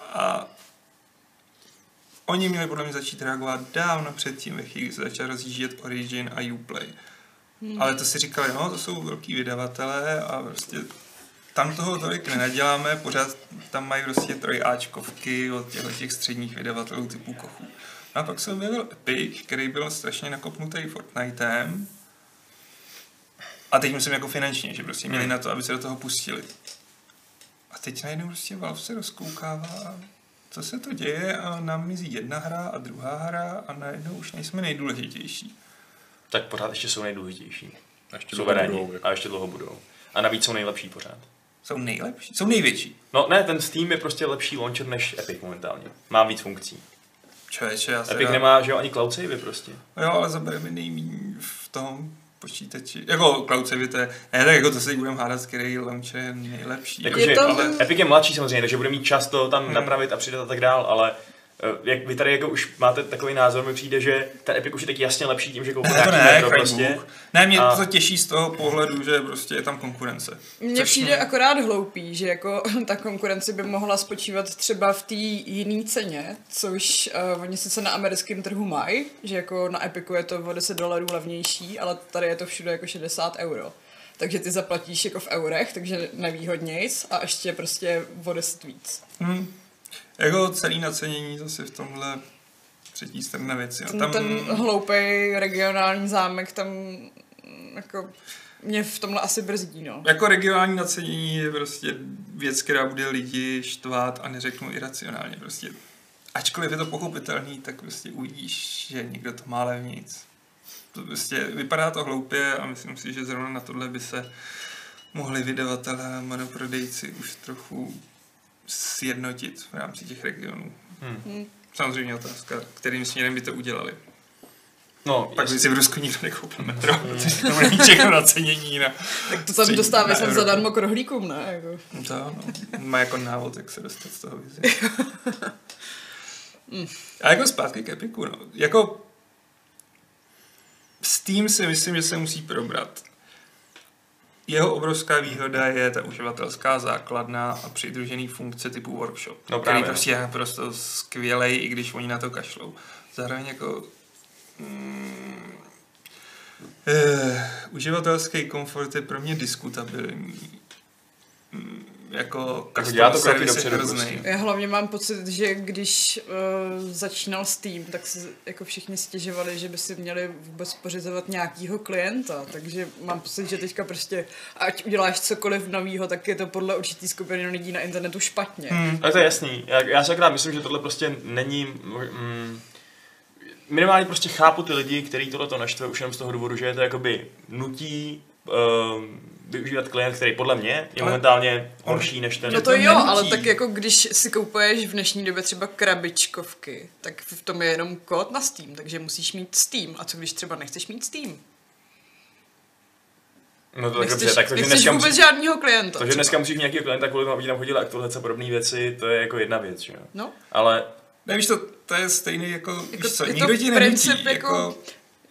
A oni měli podle mě začít reagovat dávno předtím, ve chvíli, kdy se začal rozjíždět Origin a Uplay. Hmm. Ale to si říkali, no, to jsou velký vydavatelé a prostě tam toho tolik nenaděláme, pořád tam mají prostě trojáčkovky od těch, těch středních vydavatelů typu Kochů. No a pak se objevil Epic, který byl strašně nakopnutý Fortniteem. A teď myslím jako finančně, že prostě Hmm. měli na to, aby se do toho pustili. A teď najednou prostě Valve se rozkoukává, a co se to děje a nám mizí jedna hra a druhá hra a najednou už nejsme nejdůležitější. Tak pořád ještě jsou nejdůležitější. A ještě dlouho Suverénní. budou, jako. A ještě dlouho budou. A navíc jsou nejlepší pořád. Jsou nejlepší, jsou největší. No ne, ten Steam je prostě lepší launcher než Epic momentálně. Má víc funkcí. Člověče, já se Epic dám- nemá, že jo, ani cloud savey prostě. No Jo, ale zabere mi nejméně v tom počítači. Jako cloud savey, to je, ne, tak jako to se budeme hádat, který launcher je nejlepší. Jako, Je že, to- ale Epic je mladší samozřejmě, takže bude mít čas to tam hmm. napravit a přidat a tak dál, ale eh, jak vy tady jako už máte takový názor, mi přijde, že ten Epic už je tak jasně lepší tím, že koupil Ne, to nějaký ne, metro prostě. prostě. Ne, mě A- to těší z toho pohledu, že prostě je tam konkurence. Mně přijde akorát hloupý, že jako ta konkurence by mohla spočívat třeba v té jiné ceně, což uh, oni sice na americkém trhu mají, že jako na Epiku je to o 10 dolarů levnější, ale tady je to všude jako 60 euro. Takže ty zaplatíš jako v eurech, takže nevýhodnějc a ještě prostě o 10 víc. Hm. Jako celý nacenění zase v tomhle třetí strana věci. No, Tam... tam, Ten hloupý regionální zámek tam mm, jako mě v tomhle asi brzdí, no. jako regionální nacenění je prostě věc, která bude lidi štvát a neřeknu iracionálně prostě. Ačkoliv je to pochopitelný, tak prostě uvidíš, že někdo to má levnic. To prostě vypadá to hloupě a myslím si, že zrovna na tohle by se mohli vydavatelé a monoprodejci už trochu sjednotit v rámci těch regionů. Hmm. Hmm. Samozřejmě otázka, kterým směrem by to udělali. No, Pak by jasně. si v Rusku nikdo nekoupil metro, protože Hmm. to bude mít všechno nacenění na... Tak to tam Střední- dostávají na sem Evropu. zadarmo k rohlíkům, ne? Jako. To, no. Má jako návod, jak se dostat z toho vizi. A jako zpátky k Epiku, no. Jako s tím si myslím, že se musí probrat. Jeho obrovská výhoda je ta uživatelská základna a přidružený funkce typu workshop, No který právě, no. prostě je naprosto skvělej, i když oni na to kašlou. Zároveň jako mm, eh, uživatelský komfort je pro mě diskutabilní. Mm, jako Jako dělá to customer kroky service je dopředu hrozný. prostě. Já hlavně mám pocit, že když uh, začínal Steam, tak se jako všichni stěžovali, že by si měli vůbec pořizovat nějakýho klienta, takže mám pocit, že teďka prostě, ať uděláš cokoliv novýho, tak je to podle určitý skupiny lidí na internetu špatně. Hmm. Ale to je jasný. Já, já si akorát myslím, že tohle prostě není... Mm, minimálně prostě chápu ty lidi, kteří tohle to naštve už jenom z toho důvodu, že je to jakoby nutí um, využívat klient, který podle mě je Ale- momentálně horší než ten... No to to jo, nenutí. ale tak jako když si koupuješ v dnešní době třeba krabičkovky, tak v tom je jenom kód na Steam, takže musíš mít Steam. A co když třeba nechceš mít Steam? No to tak Nechceš, dobře, tak to, že nechceš dneska, vůbec musí, žádného klienta. to, že dneska musíš mít nějakého klienta kvůli tomu, aby ti tam chodili aktualizace a podobné věci, to je jako jedna věc, že jo. No. Ale Nevíš to, to je stejný jako, Jako víš co, je to nikdo ti princip nenutí, jako... jako-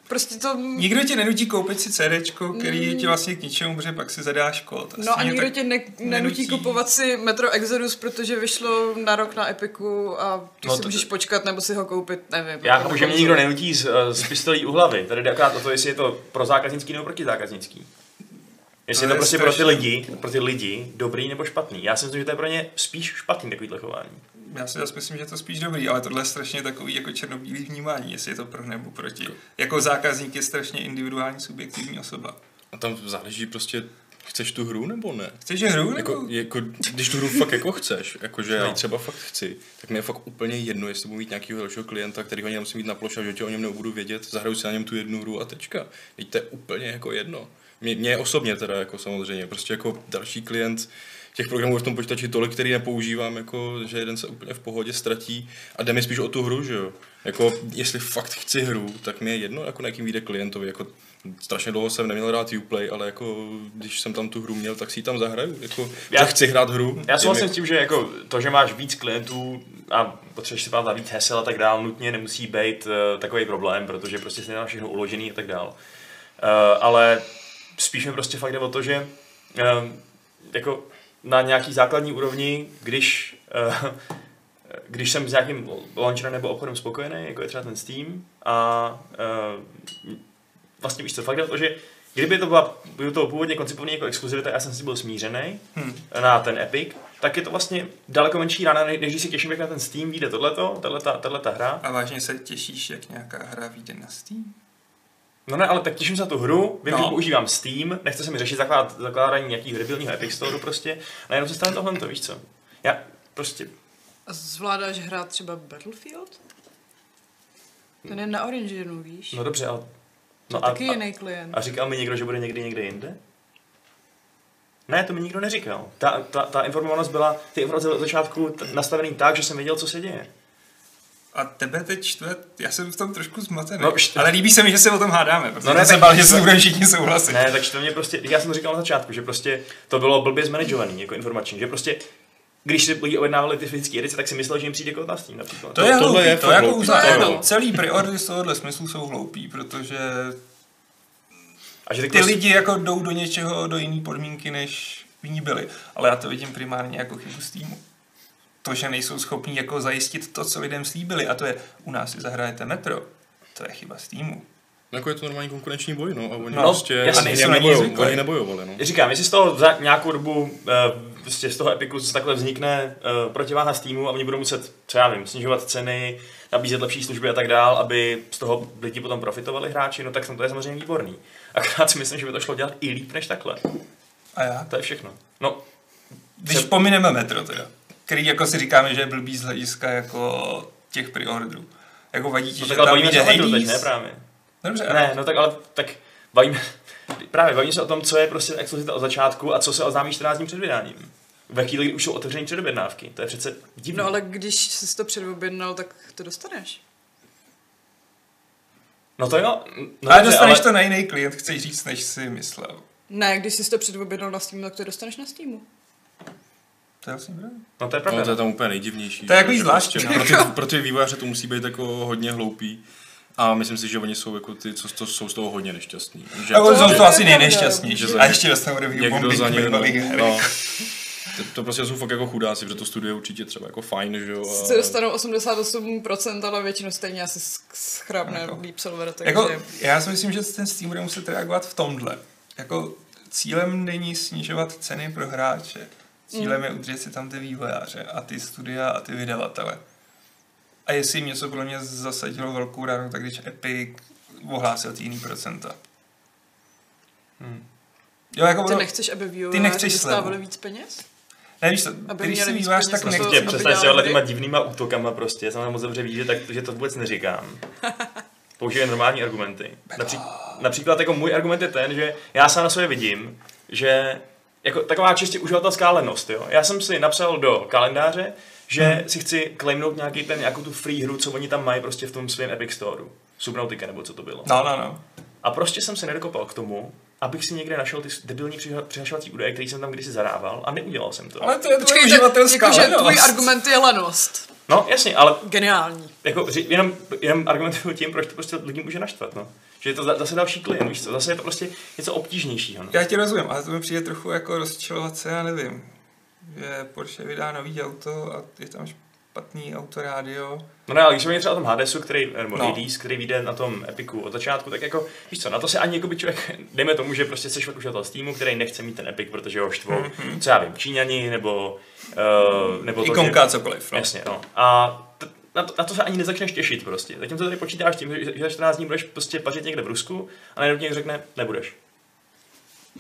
Prostě to... Nikdo ti nenutí koupit si CDčko, který je ti vlastně k ničemu, protože pak si zadáš kód. A Mm. No a stejně nikdo tak- tě ne, nenutí nenutí. kupovat si Metro Exodus, protože vyšlo na rok na Epiku a ty No no si to- můžeš počkat nebo si ho koupit, nevím. Já jako chápu, na že mě konzoli. nikdo nenutí z, eh, z pistolí u hlavy. Tady jde akorát o to, jestli je to pro zákaznický nebo proti zákaznický. Jestli To je to je prostě pro ty strašný. lidi, pro ty lidi dobrý nebo špatný. Já si myslím, že to je pro ně spíš špatný takovýhle chování. Já si zase myslím, že je to spíš dobrý, ale tohle je strašně takový jako černobílý vnímání, jestli je to pro nebo proti. Jako zákazník je strašně individuální, subjektivní osoba. A tam záleží prostě, chceš tu hru nebo ne? Chceš hru? Jako, Nebo... jako, když tu hru fakt jako chceš, jakože já ji No. třeba fakt chci, tak mi je fakt úplně jedno, jestli budu mít nějakého dalšího klienta, který ho musím mít na ploše, že tě o něm nebudu vědět, zahraju si na něm tu jednu hru a tečka. Teď to je úplně jako jedno. Mě, mě osobně teda jako samozřejmě, prostě jako další klient, těch programů je v tom počítači tolik, který nepoužívám, jako, že jeden se úplně v pohodě ztratí a jde mi spíš o tu hru, že jo. Jako, jestli fakt chci hru, tak mi je jedno, jako na jakým vyjde klientovi, jako strašně dlouho jsem neměl rád Uplay, ale jako když jsem tam tu hru měl, tak si ji tam zahraju, jako, Já- já chci hrát hru. Já je mi- souhlasím s tím, že jako to, že máš víc klientů a potřebuješ si pamatovat víc hesel a tak dál, nutně nemusí být uh, takový problém, protože prostě si nemáš všechno uložený a tak dál. Uh, ale spíš mi prostě fakt jde o to, že um, jako na nějaký základní úrovni, když, uh, když jsem s nějakým launcherem nebo obchodem spokojený, jako je třeba ten Steam, a uh, vlastně víš co, fakt jde o to, že kdyby to byla, bylo to původně koncipovaný jako exkluzivita, já jsem si byl smířený, Hm. na ten Epic, tak je to vlastně daleko menší rána, než když si těším, jak na ten Steam vyjde tohleto, tahle ta hra. A vážně se těšíš, jak nějaká hra vyjde na Steam? No ne, ale tak těším se na tu hru, vím, no. No. že používám Steam, nechce se mi řešit zaklád, zakládání nějakých debilního Epic Store prostě, a jenom se stane tohle, to víš co. Já prostě, A zvládáš hrát třeba Battlefield? Ten je na Orangenu, víš? no dobře, ale... No, No a, taky a, jiný klient. a říkal mi někdo, že bude někdy někde jinde? Ne, to mi nikdo neříkal. Ta, ta, ta informovanost byla, ty informace byly od začátku t- nastavený tak, že jsem věděl, co se děje. A tebe teď čtve, já jsem v tom trošku zmatený. No, No, štve- ale líbí se mi, že se o tom hádáme, protože No no, ne, ne, tak- jsem bál, že se budeme všichni souhlasit. Ne, tak to mě prostě, já jsem to říkal na začátku, že prostě to bylo blbě zmanagovaný jako informační, že prostě když si lidi objednávali ty fyzické edice, tak si myslel, že jim přijde kota s tím například. To, to je tohle hloupý, je je fakt to jako hloupý, uznávám. to je No, hloupý. Celý preorder z tohohle smyslu jsou hloupí, protože A že ty prostě- lidi jako jdou do něčeho, do jiné podmínky, než v ní byli. Ale já to vidím primárně jako chybu z týmu. To, že nejsou schopní jako zajistit to, co lidem slíbili, a to je, u nás si zahrajete metro. To je chyba z týmu. No, Jako je to normální konkurenční boj, no, a oni No, no, prostě jasně, oni jsou na něj nebojovali, zvyklí. oni nebojovali, no. Říkám, jestli z toho za nějakou dobu, eh, prostě z toho epiku se takhle vznikne eh, protiváha z týmu a oni budou muset, co já vím, snižovat ceny, nabízet lepší služby a tak dál, aby z toho lidi potom profitovali hráči, no tak to je samozřejmě výborný. Akorát si myslím, že by to šlo dělat i líp než takhle. A já? To je všechno. No, Když Třeba- pomineme metro teda, který jako si říkáme, že je blbý z hlediska jako těch preorderů. Jako vadí ti, no že tak ale tam bavíme se jde o Hades teď, ne Hades. právě. Dobře, Ne, no tak ale tak bavíme, právě bavíme se o tom, co je prostě exkluzivita od začátku a co se oznámí 14 dní před vydáním. Ve chvíli, kdy už jsou otevřené předobjednávky, to je přece divné. No ale když jsi to předobjednal, tak to dostaneš. no to jo. no, ale dostaneš ale... to na jiný klient, chceš říct, než si myslel. Ne, když jsi to předobjednal na Steamu, tak to dostaneš na Steamu. To je vlastně pravda. No to je No, pravda. jako to je tam úplně nejdivnější. To je takový Že prostě- zvláštní, Pro ty, pro ty vývojáře to musí být jako hodně hloupý. A myslím si, že oni jsou jako ty, co to, jsou z toho hodně nešťastní. Že Jako To jsou to je asi pravda. nejnešťastnější. Že za A ně- ještě dostanou review někdo za bombing ně, no, bývalých her. no. To, to, prostě jsou fakt jako chudáci, protože to studio je určitě třeba jako fajn, že jo. a- Sice dostanou 88%, ale většinou stejně asi sk- schrábne Jako- Deep Silver, takže... Jako, já si myslím, že ten Steam bude muset reagovat v tomhle. Jako cílem není snižovat ceny pro hráče. Mm. Cílem je udržet si tam ty vývojáře a ty studia a ty vydavatele. A jestli jim něco podle mě zasadilo velkou ránu, tak když Epic ohlásil ty jiný procenta. Hmm. Jo, jako Ty ono, nechceš, aby Ty vývojáři nechceš dostávali slevu. víc peněz? ne, víš, to, aby když měli jsi víc vývojář, peněz tak na to- nechceš. Prostě, to přestaň si dělám ale kdy. těma divnýma útokama prostě, já jsem moc dobře ví, že, tak, že to vůbec neříkám. Používej normální argumenty. Napří, například jako můj argument je ten, že já sám na sobě vidím, že jako taková čistě uživatelská lenost, jo. Já jsem si napsal do kalendáře, že hmm. si chci claimnout nějaký ten, nějakou tu free hru, co oni tam mají prostě v tom svém Epic Storeu. Subnautica nebo co to bylo. No, no, no. A prostě jsem se nedokopal k tomu, abych si někde našel ty debilní přihla- přihlašovací údaje, který jsem tam kdysi zadával a neudělal jsem to. Ale to je tvoje Počkejte, uživatelská jakože jako, tvůj lenost. argument je lenost. No jasně, ale Geniální. jako, ři- jenom, jenom argumentuju tím, proč to prostě lidi může naštvat, no. Že je to za- zase další klient, víš co? Zase je to prostě něco obtížnějšího. No. Já ti rozumím, ale to mi přijde trochu jako rozčilovat se, já nevím. Že Porsche vydá nový auto a je tam špatný autorádio. No ne, ale když se mluví třeba o tom Hadesu, který, nebo No. no. ADs, který vyjde na tom Epiku od začátku, tak jako, víš co, na to se ani jako by člověk, dejme tomu, že prostě seš fakt uživatel z týmu, který nechce mít ten Epic, protože ho štvou, mm-hmm. co já vím, Číňani, nebo, uh, nebo to, že- Ikonka cokoliv, no. Jasně, no. A t- na to, na to se ani nezačneš těšit prostě. Zatímco tady počítáš tím, že- že za 14 dní budeš prostě pařit někde v Rusku a najednou ti někdo řekne, nebudeš.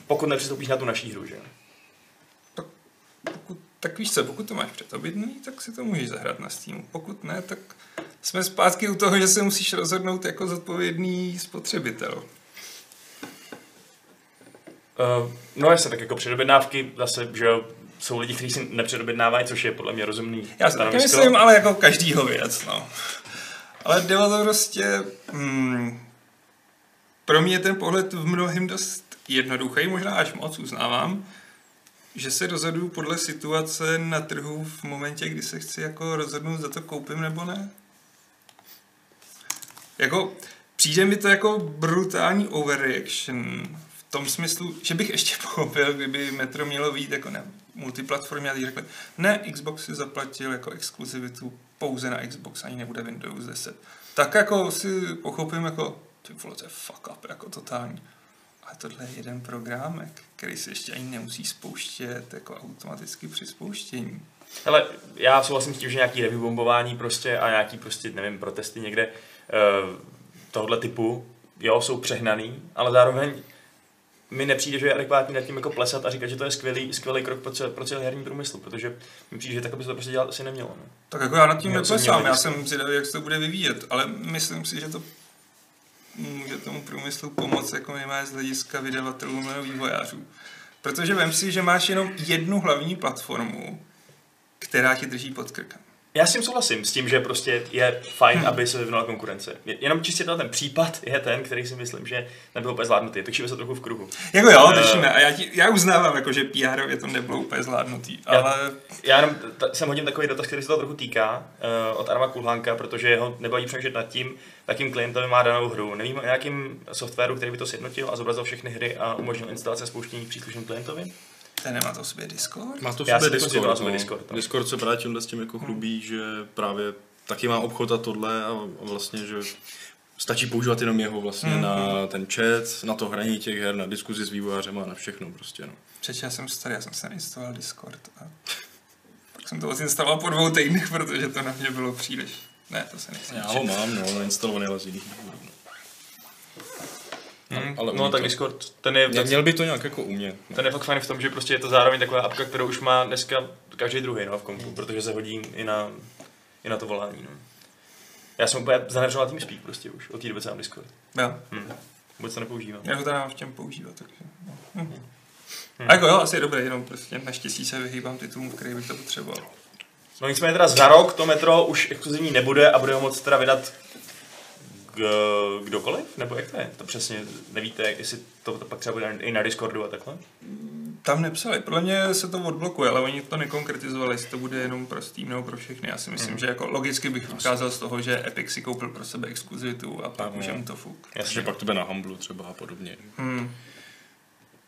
Pokud nepřistoupíš na tu naší hru, že jo. Pokud, tak víš co, pokud to máš předobědný, tak si to můžeš zahrát na Steamu. Pokud ne, tak jsme zpátky u toho, že se musíš rozhodnout jako zodpovědný spotřebitel. Uh, no jasně, tak jako předobědnávky zase, že jo, jsou lidi, kteří si nepředobědnávají, což je podle mě rozumný Já si taky stanovisko. myslím, ale jako každýho věc, no. Ale jde o to prostě... Hmm, pro mě je ten pohled v mnohem dost jednoduchý, možná až moc uznávám, že se rozhoduju podle situace na trhu v momentě, kdy se chci jako rozhodnout, za to koupím nebo ne. Jako, přijde mi to jako brutální overreaction v tom smyslu, že bych ještě pochopil, kdyby Metro mělo být jako na multiplatformě a teď řekli, ne, Xbox si zaplatil jako exkluzivitu pouze na Xbox, ani nebude Windows 10. Tak jako si pochopím jako, ty vole, to je fuck up, jako totální. A tohle je jeden programek, který se ještě ani nemusí spouštět jako automaticky při spouštění. Hele, já souhlasím s tím, že nějaký review bombování prostě a nějaký prostě, nevím, protesty někde uh, tohle typu, jo, jsou přehnaný, ale zároveň mi nepřijde, že je adekvátní nad tím jako plesat a říkat, že to je skvělý, skvělý krok pro, cel, pro celý herní průmysl, protože mi přijde, že tak by se to prostě dělat asi nemělo. No. Tak jako já nad tím Měl jsem neplesám, měl já vždycky. jsem zvědavý, jak se to bude vyvíjet, ale myslím si, že to může tomu průmyslu pomoct jako minimálně z hlediska vydavatelů nebo vývojářů. Protože vem si, že máš jenom jednu hlavní platformu, která ti drží pod krkem. Já s tím souhlasím, s tím, že prostě je fajn, hmm. aby se vyvinula konkurence. Je- Jenom čistě tenhle ten případ je ten, který si myslím, že nebyl úplně zvládnutý. Točíme se trochu v kruhu. Jako jo, Eh. držíme. A já, ti, já uznávám, jako, že PR to nebylo úplně zvládnutý, Já- ale Já jenom t- t- sem hodím takový dotaz, který se to trochu týká, uh, od Arma Kulhánka, protože jeho nebaví přemýšlet nad tím, jakým klientem má danou hru. Nevím o nějakém softwaru, který by to sjednotil a zobrazil všechny hry a umožnil instalaci a spouštění příslušným klientovi. ten nemá to v sobě Discord. Má to v Já si sobě to Discord, konzervuju, no. Discord, Discord, no. Discord se právě tímhle s tím jako chlubí, že právě taky má obchod a tohle a a vlastně, že stačí používat jenom jeho vlastně na ten chat, na to hraní těch her, na diskuzi s vývojářem a na všechno prostě, no. Přece já jsem starý, já jsem se nainstaloval Discord a pak jsem to odinstaloval po dvou týdnech, protože to na mě bylo příliš. Ne, to se nechci. Já ho mám, no, ale instalovaný ale z jiných důvodů. Hmm. ale no umí tak to. Discord, ten je, No. ten, Měl by to nějak jako u mě. No. ten je fakt fajn v tom, že prostě je to zároveň taková apka, kterou už má dneska každý druhý no, v kompu, protože se hodí i na, i na to volání. No. Já jsem úplně zanevřel na tím spík prostě už, od té doby co mám Discord. Jo, Hmm. Vůbec to nepoužívám. já ho teda mám v čem používat, takže... no. Hm. A jako jo, asi je dobré, jenom prostě naštěstí se vyhýbám titulům, který bych to potřeboval. No nicméně teda za rok to metro už exkluzivní nebude a bude ho moct teda vydat k, kdokoliv? Nebo jak to je? To přesně nevíte, jestli to, to pak třeba bude i na Discordu a takhle? Tam nepsali, podle mě se to odblokuje, ale oni to nekonkretizovali, jestli to bude jenom pro Steam nebo pro všechny. Já si myslím, že jako logicky bych ukázal z toho, že Epic si koupil pro sebe exkluzivitu a pak Ano. už jim to fuk. Že Jasně. pak to bude na Humblu třeba a podobně. Hmm.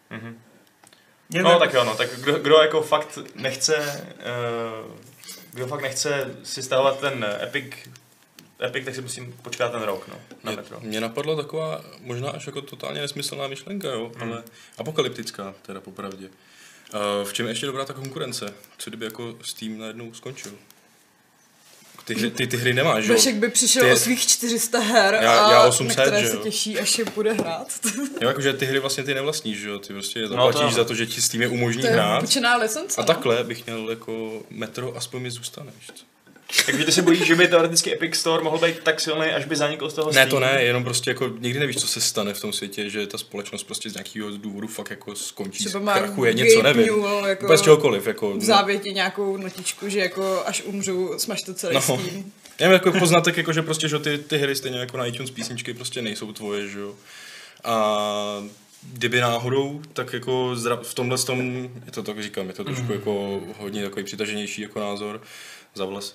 Mhm. Je No to- tak jo, no, tak kdo, kdo jako fakt nechce, eh, kdo fakt nechce si stahovat ten Epic, Epic, tak si musím počkat ten rok, no, na Mě, metro. mě napadla taková možná až jako totálně nesmyslná myšlenka, jo, Hmm. hmm. ale apokalyptická teda popravdě. Uh, v čem je ještě dobrá ta konkurence? Co kdyby jako Steam najednou skončil? Ty, hry- ty, ty hry nemáš, jo? Vašek by přišel Ty- o svých 400 her Já- a já 800, na které že se jo. těší, až je bude hrát. jo jakože ty hry vlastně ty nevlastníš, že jo? Ty prostě je No, to zaplatíš ano. za to, že ti Steam je umožní to je hrát. půjčená licence. no. A takhle bych měl jako metro, aspoň mi zůstane. víš co? Takže ty se bojíš, že by teoreticky Epic Store mohl být tak silný, až by zanikl z toho Ne, Steam? to ne, jenom prostě jako nikdy nevíš, co se stane v tom světě, že ta společnost prostě z nějakého důvodu fakt jako skončí, Třeba má krachuje, Gabe něco, nevím. Newell jako- Vůbec čehokoliv, jako... v závěti nějakou notičku, že jako až umřu, smažte celý no. No. Steam. Já mám jako poznatek, jako, že prostě že ty, ty hry stejně jako na iTunes písničky prostě nejsou tvoje, že jo. A kdyby náhodou, tak jako zra- v tomhle tom, je to tak říkám, je to Mhm. trošku jako hodně takový přitaženější jako názor za vlasy.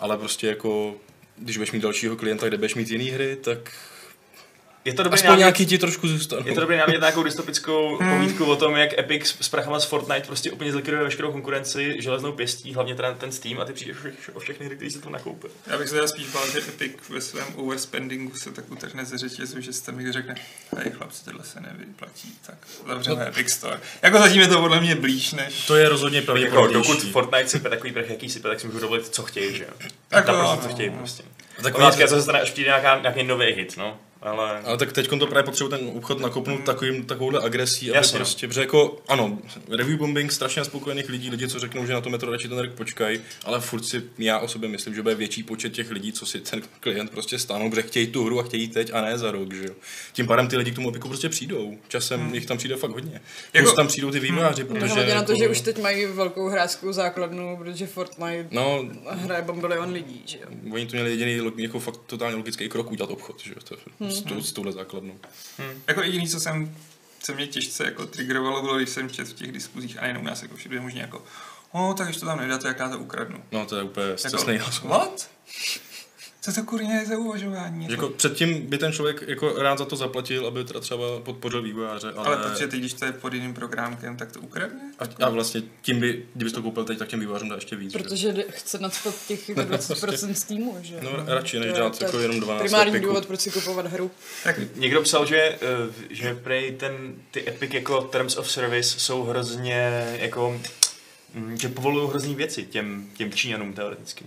Ale prostě jako, když budeš mít dalšího klienta, kde budeš mít jiný hry, tak Je to dobrý Aspoň námět, nějaký ti trošku zůstanou. je to dobrý námět na nějakou dystopickou Hmm. povídku o tom, jak Epic s, s prachama z Fortnite prostě úplně zlikviduje veškerou konkurenci železnou pěstí, hlavně teda ten Steam a ty přijdeš o všechny hry, které se tam nakoupil. Já bych se teda spíš bál, že Epic ve svém overspendingu se tak utrhne ze řetězu, že se tam někdo řekne, hej chlapci, tohle se nevyplatí, tak zavřeme Epic Store. Jako zatím je to podle mě blíž než... To je rozhodně Jako, dokud pravděpodobnější. Fortnite sype takový prach, jaký sype, tak si můžu dovolit, co chtějí, že jo. Tak Tam jo, prostě, co no. chtějí prostě. Tak Takový otázka, je, co se stane, až přijde nějaká, nějaký nový hit, no. Ale... Ale tak teď to právě potřebuje ten obchod nakopnout takovým, takovouhle agresí, Jasně, aby Jasně. no. prostě, protože jako, ano, review bombing, strašně nespokojených lidí, lidi, co řeknou, že na to metro radši ten rok počkají, ale furt si já o sobě myslím, že bude větší počet těch lidí, co si ten klient prostě stánou, protože chtějí tu hru a chtějí teď a ne za rok, že jo. Tím pádem ty lidi k tomu epiku prostě přijdou, časem jich tam přijde fakt hodně. Jako, Jako- Plus tam přijdou ty vývojáři, protože... Nehledě na to, jako- že už teď mají velkou hráčskou základnu, protože Fortnite No, hraje bambilion lidí, že jo. oni tu měli jediný lo- jako fakt totálně logický krok udělat obchod, že jo, Hmm. to, s, tou, s touhle základnou. Jako jediný, co jsem, co mě těžce jako triggerovalo, bylo, když jsem čet v těch diskuzích, a nejenom já se jako všude možná jako, o, tak když to tam nedáte, jak já to ukradnu. No, to je úplně zcestný Jako, hlas. what? Co to kurně je za uvažování? Jako předtím by ten člověk jako rád za to zaplatil, aby teda třeba podpořil vývojáře, ale... Ale protože teď, když to je pod jiným programkem, tak to ukradne? a, a vlastně tím by, kdybys to koupil teď, tak těm vývojářům dá ještě víc. že? Protože jde- chce nadspat těch jako 20% z týmu, že jo. No ra- radši, než To je- dát to je jako jenom 12 Primární epiku. důvod, proč si kupovat hru. Tak Někdo psal, že, eh, že prej ten, ty Epic jako Terms of Service jsou hrozně jako, mm, že povolují hrozný věci těm, těm Číňanům teoreticky.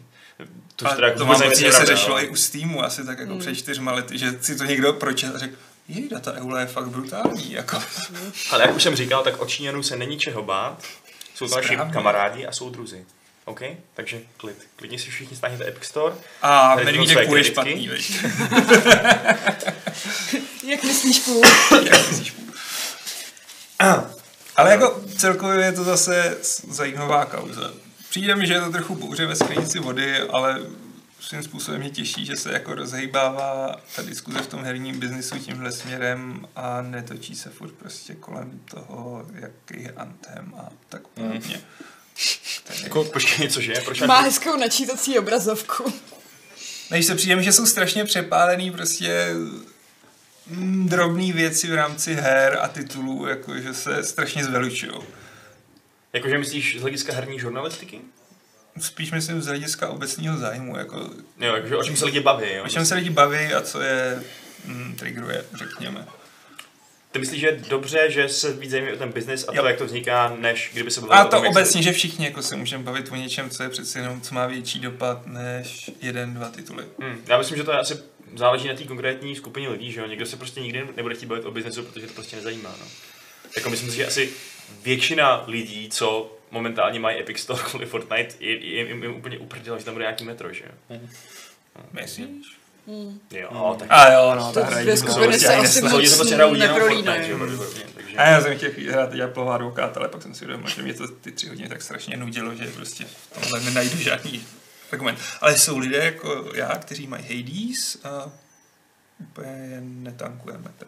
Což A teda to jako mám vůbec pocit, není že se pravda, řešilo ale- i u Steamu asi tak jako před čtyřma lety, že si to někdo pročet a řekl, jej, data eule je fakt brutální, jako. Ale jak už jsem říkal, tak od Číňanů se není čeho bát. Jsou to naši Správně. kamarádi a jsou druzi. OK? Takže klid. Klidně si všichni stáhněte Epic Store. A Tady medvídek jsou své půjde kritiky. špatný, veď. Jak myslíš, půl? Ale jako celkově je to zase s- zajímavá kauza. Přijde mi, že je to trochu bouře ve sklenici vody, ale svým způsobem mě těší, že se jako rozhejbává ta diskuze v tom herním biznisu tímhle směrem a netočí se furt prostě kolem toho, jaký je Anthem a tak podobně. Jako, počkej, cože? Proč Má máš... hezkou načítací obrazovku. Než se přijde, mi, že jsou strašně přepálený prostě mm, drobný věci v rámci her a titulů, jako že se strašně zvelučují. Jakože myslíš z hlediska herní žurnalistiky? Spíš myslím z hlediska obecního zájmu, jako Jo, jakože o čem se lidi baví, jo? o čem se lidi baví a co je mm, triggeruje, řekněme. Ty myslíš, že je dobře, že se víc zajímají o ten biznis a to, Jo. jak to vzniká, než kdyby se bavili o A tom, to jak obecně, že všichni jako se můžeme bavit o něčem, co je přeci jenom, co má větší dopad než jeden, dva tituly. Se... Hmm. Já myslím, že to je asi záleží na té konkrétní skupině lidí, že jo? Někdo se prostě nikdy nebude chtít bavit o biznesu, protože to prostě nezajímá, no. Jako myslím si, že asi většina lidí, co momentálně mají Epic Store kvůli Fortnite, je- je- jim, jim, jim úplně uprdila, že tam bude nějaký metro, že jo? Myslíš? Jo, hmm. tak... A jo, no, To ta hra dvě je jsou skupiny prostě se ani asi nesla- lidi se prostě hrajou jenom neprolínají. Fortnite, že jo? pravděpodobně, takže- A já jsem chtěl chvíli hrát Diablová advokát, ale pak jsem si uvědomil, že mě to ty tři hodiny tak strašně nudilo, že prostě v tomhle nenajdu žádný argument. Ale jsou lidé jako já, kteří mají Hades a úplně je netankujeme to.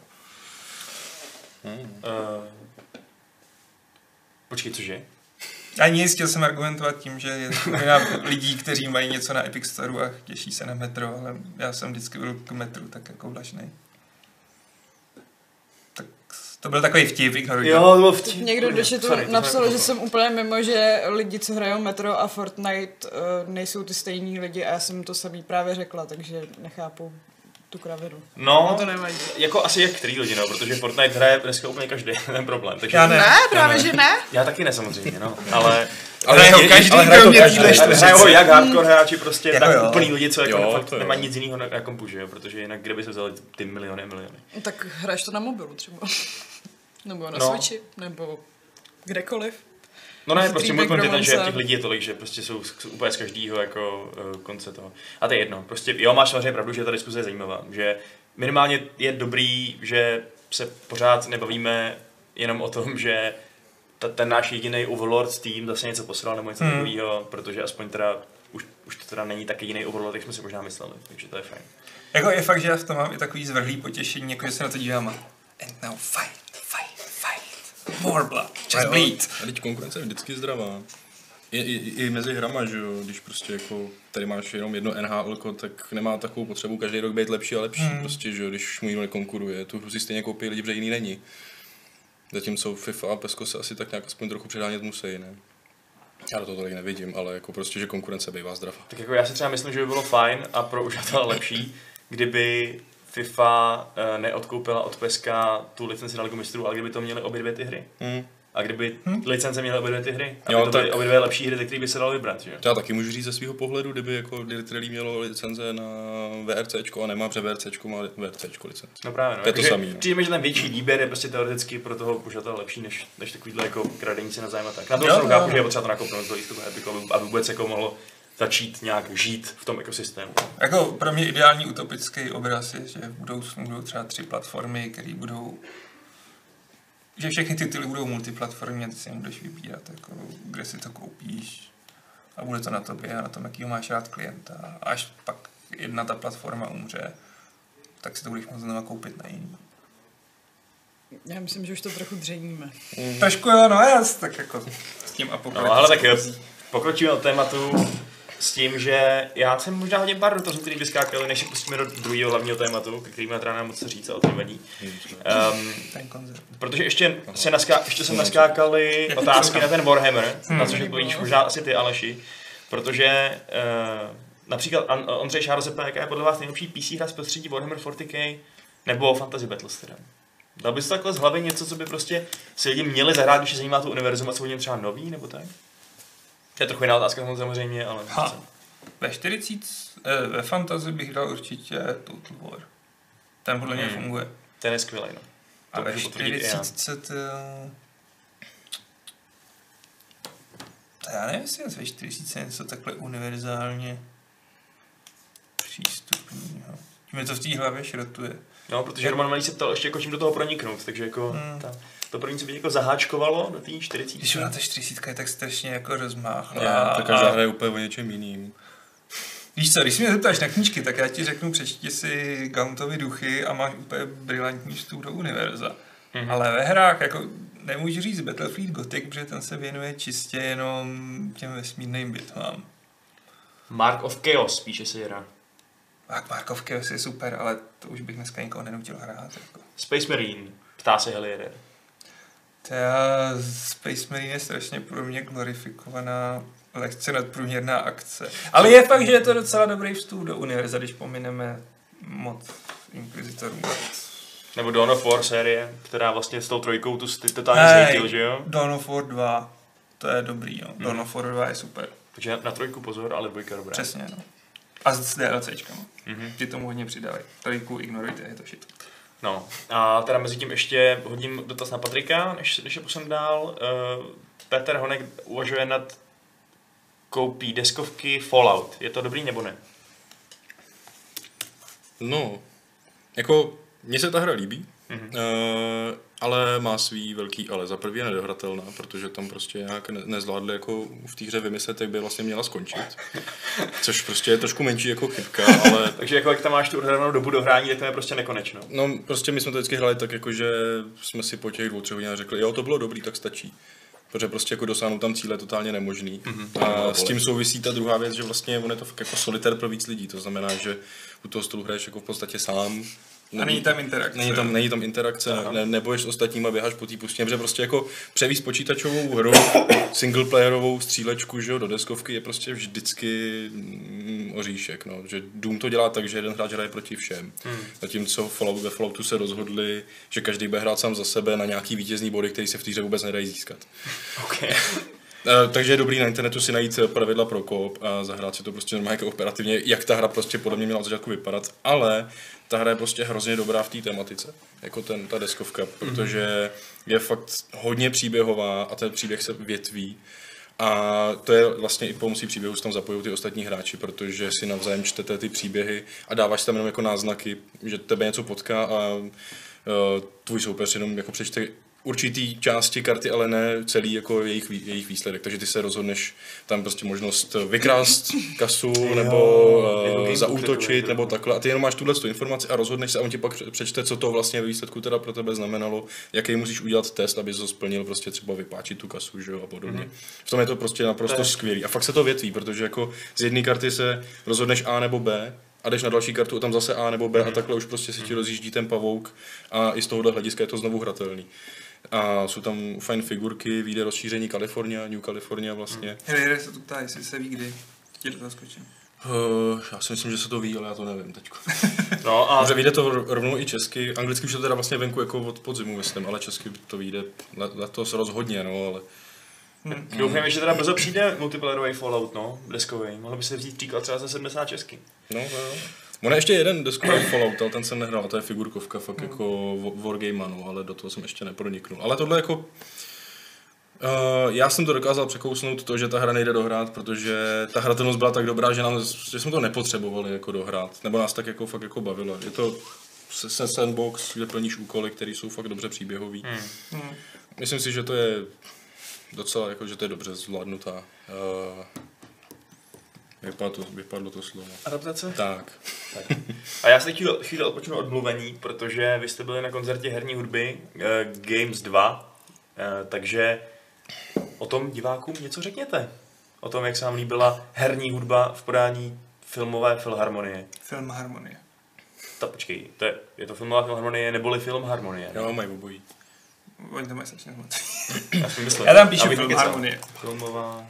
Eh, Počkej, cože? A nic, chtěl jsem argumentovat tím, že je skupina lidí, kteří mají něco na Epic Store a těší se na metro, ale já jsem vždycky byl k metru tak jako vlažnej. Tak to byl takový vtip, ignoruji. Jo, to bylo vtip. Někdo do chatu Sorry, to napsal, že jsem úplně mimo, že lidi, co hrajou Metro a Fortnite, eh, nejsou ty stejní lidi a já jsem to samý právě řekla, takže nechápu tu kravinu. No, No to nevadí. jako asi jak který lidi, no, protože Fortnite hraje dneska úplně každý, ten problém. Takže Já ne. právě že ne. Já taky ne samozřejmě, no, ale Ale hraje ho je- každý, ale hraje to kromě každý. Bílé čtveřice. hrajou ho jak hardcore hráči prostě, Jako tak jo. úplný lidi, co jako Jo, fakt to jo. nemá nic jiného na, na kompu, že jo, protože jinak kde by se vzali ty miliony a miliony. Tak hraješ to na mobilu třeba. Nebo na No. no. Switchi, nebo kdekoliv. No ne, Z prostě můj Dreamhack point je ten, že Romance. těch lidí je tolik, že prostě jsou z, z, úplně z každého jako uh, konce toho. A to je jedno, prostě jo, máš samozřejmě pravdu, že ta diskuze je zajímavá, že minimálně je dobrý, že se pořád nebavíme jenom o tom, že ta, ten náš jediný Overlord tým zase něco posral nebo něco Hmm. takového, protože aspoň teda už, už to teda není tak jediný Overlord, jak jsme si možná mysleli, takže to je fajn. Jako je fakt, že já v tom mám i takový zvrhlý potěšení, jako že se na to dívám a And now fight, fight, fight. More blood, just bleed. A teď konkurence je vždycky zdravá. I, i, I mezi hrama, že jo, když prostě jako tady máš jenom jedno NHL, tak nemá takovou potřebu každý rok být lepší a lepší, hmm. prostě, že jo, když mu nikdo nekonkuruje, tu hru si stejně jako koupí lidi, protože jiný není. Zatímco FIFA a PESCO se asi tak nějak aspoň trochu předánět musí, ne? Já do toho tolik nevidím, ale jako prostě, že konkurence bývá zdravá. Tak jako já si třeba myslím, že by bylo fajn a pro uživatele lepší, kdyby FIFA eh, neodkoupila od Peska tu licenci na Ligu mistrů, ale kdyby to měly obě dvě ty hry. Hmm. A kdyby Hm? hmm? licence měly obě dvě ty hry, aby Jo, jo, to byly tak- obě dvě lepší hry, ze kterých by se dalo vybrat, že jo? Já taky můžu říct ze svého pohledu, kdyby jako Dirtrelli mělo licenze na VRCčko a nemá, protože VRCčko má VRCčko licenci. No právě, no. To je to jakože samý, no. Přijde mi, že ten větší výběr je prostě teoreticky pro toho uživatele lepší, než, než takovýhle jako kradení si na zájem a tak. Na to Jo, stranu jo, chápu, jo. že je potřeba to nakoupnout, to Easter Epic, aby, aby vůbec jako mohlo začít nějak žít v tom ekosystému. Jako pro mě ideální utopický obraz je, že v budoucnu budou třeba tři platformy, které budou že všechny ty tituly budou multiplatformní a ty si nebudeš vybírat, jako, kde si to koupíš a bude to na tobě a na tom, jakýho máš rád klienta. A Až pak jedna ta platforma umře, tak si to budeš moct znova koupit na jiný. Já myslím, že už to trochu dřeníme. Trošku jo, no já s- tak jako s tím apokalyptickým. No, ale tak jo, pokročíme od tématu s tím, že já jsem možná hodně pár dotazů, který vyskákali, než se pustíme do druhého hlavního tématu, ke kterým já teda nemám moc co říct, ale to nevadí. Um, Ten koncert. protože ještě, se naská, ještě se naskákali otázky na ten Warhammer, Hmm. na což odpovíš možná asi ty, Aleši, protože uh, například An- Ondřej Šáro se ptá, jaká je podle vás nejlepší PC hra z prostředí Warhammer 40k nebo Fantasy Battles teda. Dal bys to takhle z hlavy něco, co by prostě si lidi měli zahrát, když se zajímá to univerzum a jsou oni třeba nový, nebo tak? To je trochu jiná otázka samozřejmě, ale... Ha. Ve 40, eh, ve fantasy bych dal určitě Total War. Ten podle mě Hmm. funguje. Ten je skvělý, no. A To ve můžu potvrdit i já. 40... eh, To já nevím, jestli je ve 40 něco takhle univerzálně přístupného. Mě to v té hlavě šrotuje. No, protože Roman Malý se ptal ještě jako čím do toho proniknout, takže jako Hmm. ta, to první, co by tě jako zaháčkovalo do té 40. Když ona ta 40 je tak strašně jako rozmáhla. Já, tak každá a- hra je úplně o něčem jiným. Víš co, když se mě zeptáš na knížky, tak já ti řeknu, přečti si Gauntovy duchy a máš úplně brilantní vstup do univerza. Mhm. Mm-hmm. Ale ve hrách, jako nemůžu říct Battlefield Gothic, protože ten se věnuje čistě jenom těm vesmírným bitvám. Mark of Chaos píše si hra. Tak Markov Chaos je super, ale to už bych dneska nikoho nenutil hrát. Jako. Space Marine, ptá se Helier. To já, Space Marine je strašně pro mě glorifikovaná lehce nadprůměrná akce. Ale je fakt, že je to docela dobrý vstup do univerza, když pomineme moc inkvizitorů. Nebo Dawn of War série, která vlastně s tou trojkou tu ty totálně Hej. zhejtil, že jo? Dawn of War 2, to je dobrý, jo. Dawn of War 2 je super, Takže na, na trojku pozor, ale dvojka dobrá. přesně, no. A s DLCčkama. Mhm. Ti tomu hodně přidávají. Trojku ignorujte, je to shit. No, a teda mezi tím ještě hodím dotaz na Patrika, než, než je posem dál. Uh, Petr Honek uvažuje nad koupí deskovky Fallout. Je to dobrý nebo ne? No, jako mně se ta hra líbí, Mhm. mm-hmm. e, ale má svý velký ale. Za prvý je nedohratelná, protože tam prostě nějak ne- nezvládli jako v té hře vymyslet, jak by vlastně měla skončit. Což prostě je trošku menší jako chybka, ale Takže jako jak tam máš tu odhranou dobu do hrání, tak to je prostě nekonečno. No, prostě my jsme to vždycky hráli tak, jako že jsme si po těch dvou, třech hodinách řekli, jo, to bylo dobrý, tak stačí. Protože prostě jako dosáhnout tam cíle je totálně nemožný. Mhm. Mm-hmm. A s tím souvisí ta druhá věc, že vlastně on je to fakt jako solitér pro víc lidí. To znamená, že u toho stolu hraješ jako v podstatě sám. A není tam interakce. Není tam, není tam interakce, ne, neboješ s ostatníma, běháš po té pustině, protože prostě jako převíz počítačovou hru, singleplayerovou střílečku že jo, do deskovky je prostě vždycky mm, oříšek. No. Že Doom to dělá tak, že jeden hráč hraje proti všem. Hmm. Zatímco Fallout, ve Falloutu se rozhodli, že každý bude hrát sám za sebe na nějaký vítězný body, který se v té hře vůbec nedají získat. Okay. Eh, takže je dobrý na internetu si najít eh, pravidla pro koop a zahrát si to prostě normálně jako operativně, jak ta hra prostě podle mě měla od začátku vypadat, ale ta hra je prostě hrozně dobrá v té tematice, jako ten, ta deskovka, protože je fakt hodně příběhová a ten příběh se větví. A to je vlastně i pomocí příběhu se tam zapojují ty ostatní hráči, protože si navzájem čtete ty příběhy a dáváš tam jenom jako náznaky, že tebe něco potká a eh, tvůj soupeř e, jenom jako přečte určitý části karty, ale ne celý jako jejich, vý- jejich výsledek. Takže ty se rozhodneš tam prostě možnost vykrást kasu Jo, nebo jako eh, game poketu, zaútočit jo. nebo takhle. A ty jenom máš tuhle tu informaci a rozhodneš se a on ti pak pře- přečte, co to vlastně ve výsledku teda pro tebe znamenalo, jaký musíš udělat test, aby to splnil, prostě třeba vypáčit tu kasu, že jo, a podobně. V tom je to prostě naprosto Mhm. To je- skvělý. A fakt se to větví, protože jako z jedné karty se rozhodneš A nebo B, a jdeš na další kartu a tam zase A nebo B Mhm. a takhle už prostě se ti rozjíždí ten pavouk a i z tohohle hlediska je to znovu hratelný. A jsou tam fajn figurky, vyjde rozšíření Kalifornia, New California Mhm. vlastně. Hele, Jere se tu ptá, jestli se ví kdy. Ti do toho skočím. Uh, já si myslím, že se to ví, ale já to nevím teď. No a Dobře, vyjde to r- rovnou i česky, anglicky už je to teda vlastně venku jako od podzimu, myslím, ale česky to vyjde le- letos rozhodně, no, ale Hmm. doufám, že teda brzo přijde multiplayerový Fallout, no, deskový. Mohlo by se vzít příklad třeba ze 70 česky. No, jo, jo. On je ještě jeden deskový Fallout, ale ten jsem nehrál, a to je figurkovka fakt Hmm. jako wa- Wargame, no, ale do toho jsem ještě neproniknul. Ale tohle jako... Uh, já jsem to dokázal překousnout to, že ta hra nejde dohrát, protože ta hratelnost byla tak dobrá, že, nám, že jsme to nepotřebovali jako dohrát, nebo nás tak jako fakt jako bavilo. Je to se- se sandbox, kde plníš úkoly, které jsou fakt dobře příběhový. Hmm. Hmm. Myslím si, že to je docela, jako, že to je dobře zvládnutá. Uh, vypadlo, to, vypadlo to slovo. Adaptace? Tak. A já se teď chvíli- chvíli odpočnu od mluvení, protože vy jste byli na koncertě herní hudby uh, Games 2, uh, takže o tom divákům něco řekněte. O tom, jak se vám líbila herní hudba v podání filmové filharmonie. Film Harmonie. Ta počkej, to je, je to filmová filharmonie neboli film harmonie. Já mám i obojí. Oni to mají strašně moc. Já, jsem myslel, Já tam píšu abych film nekecal. Harmonie. Filmová...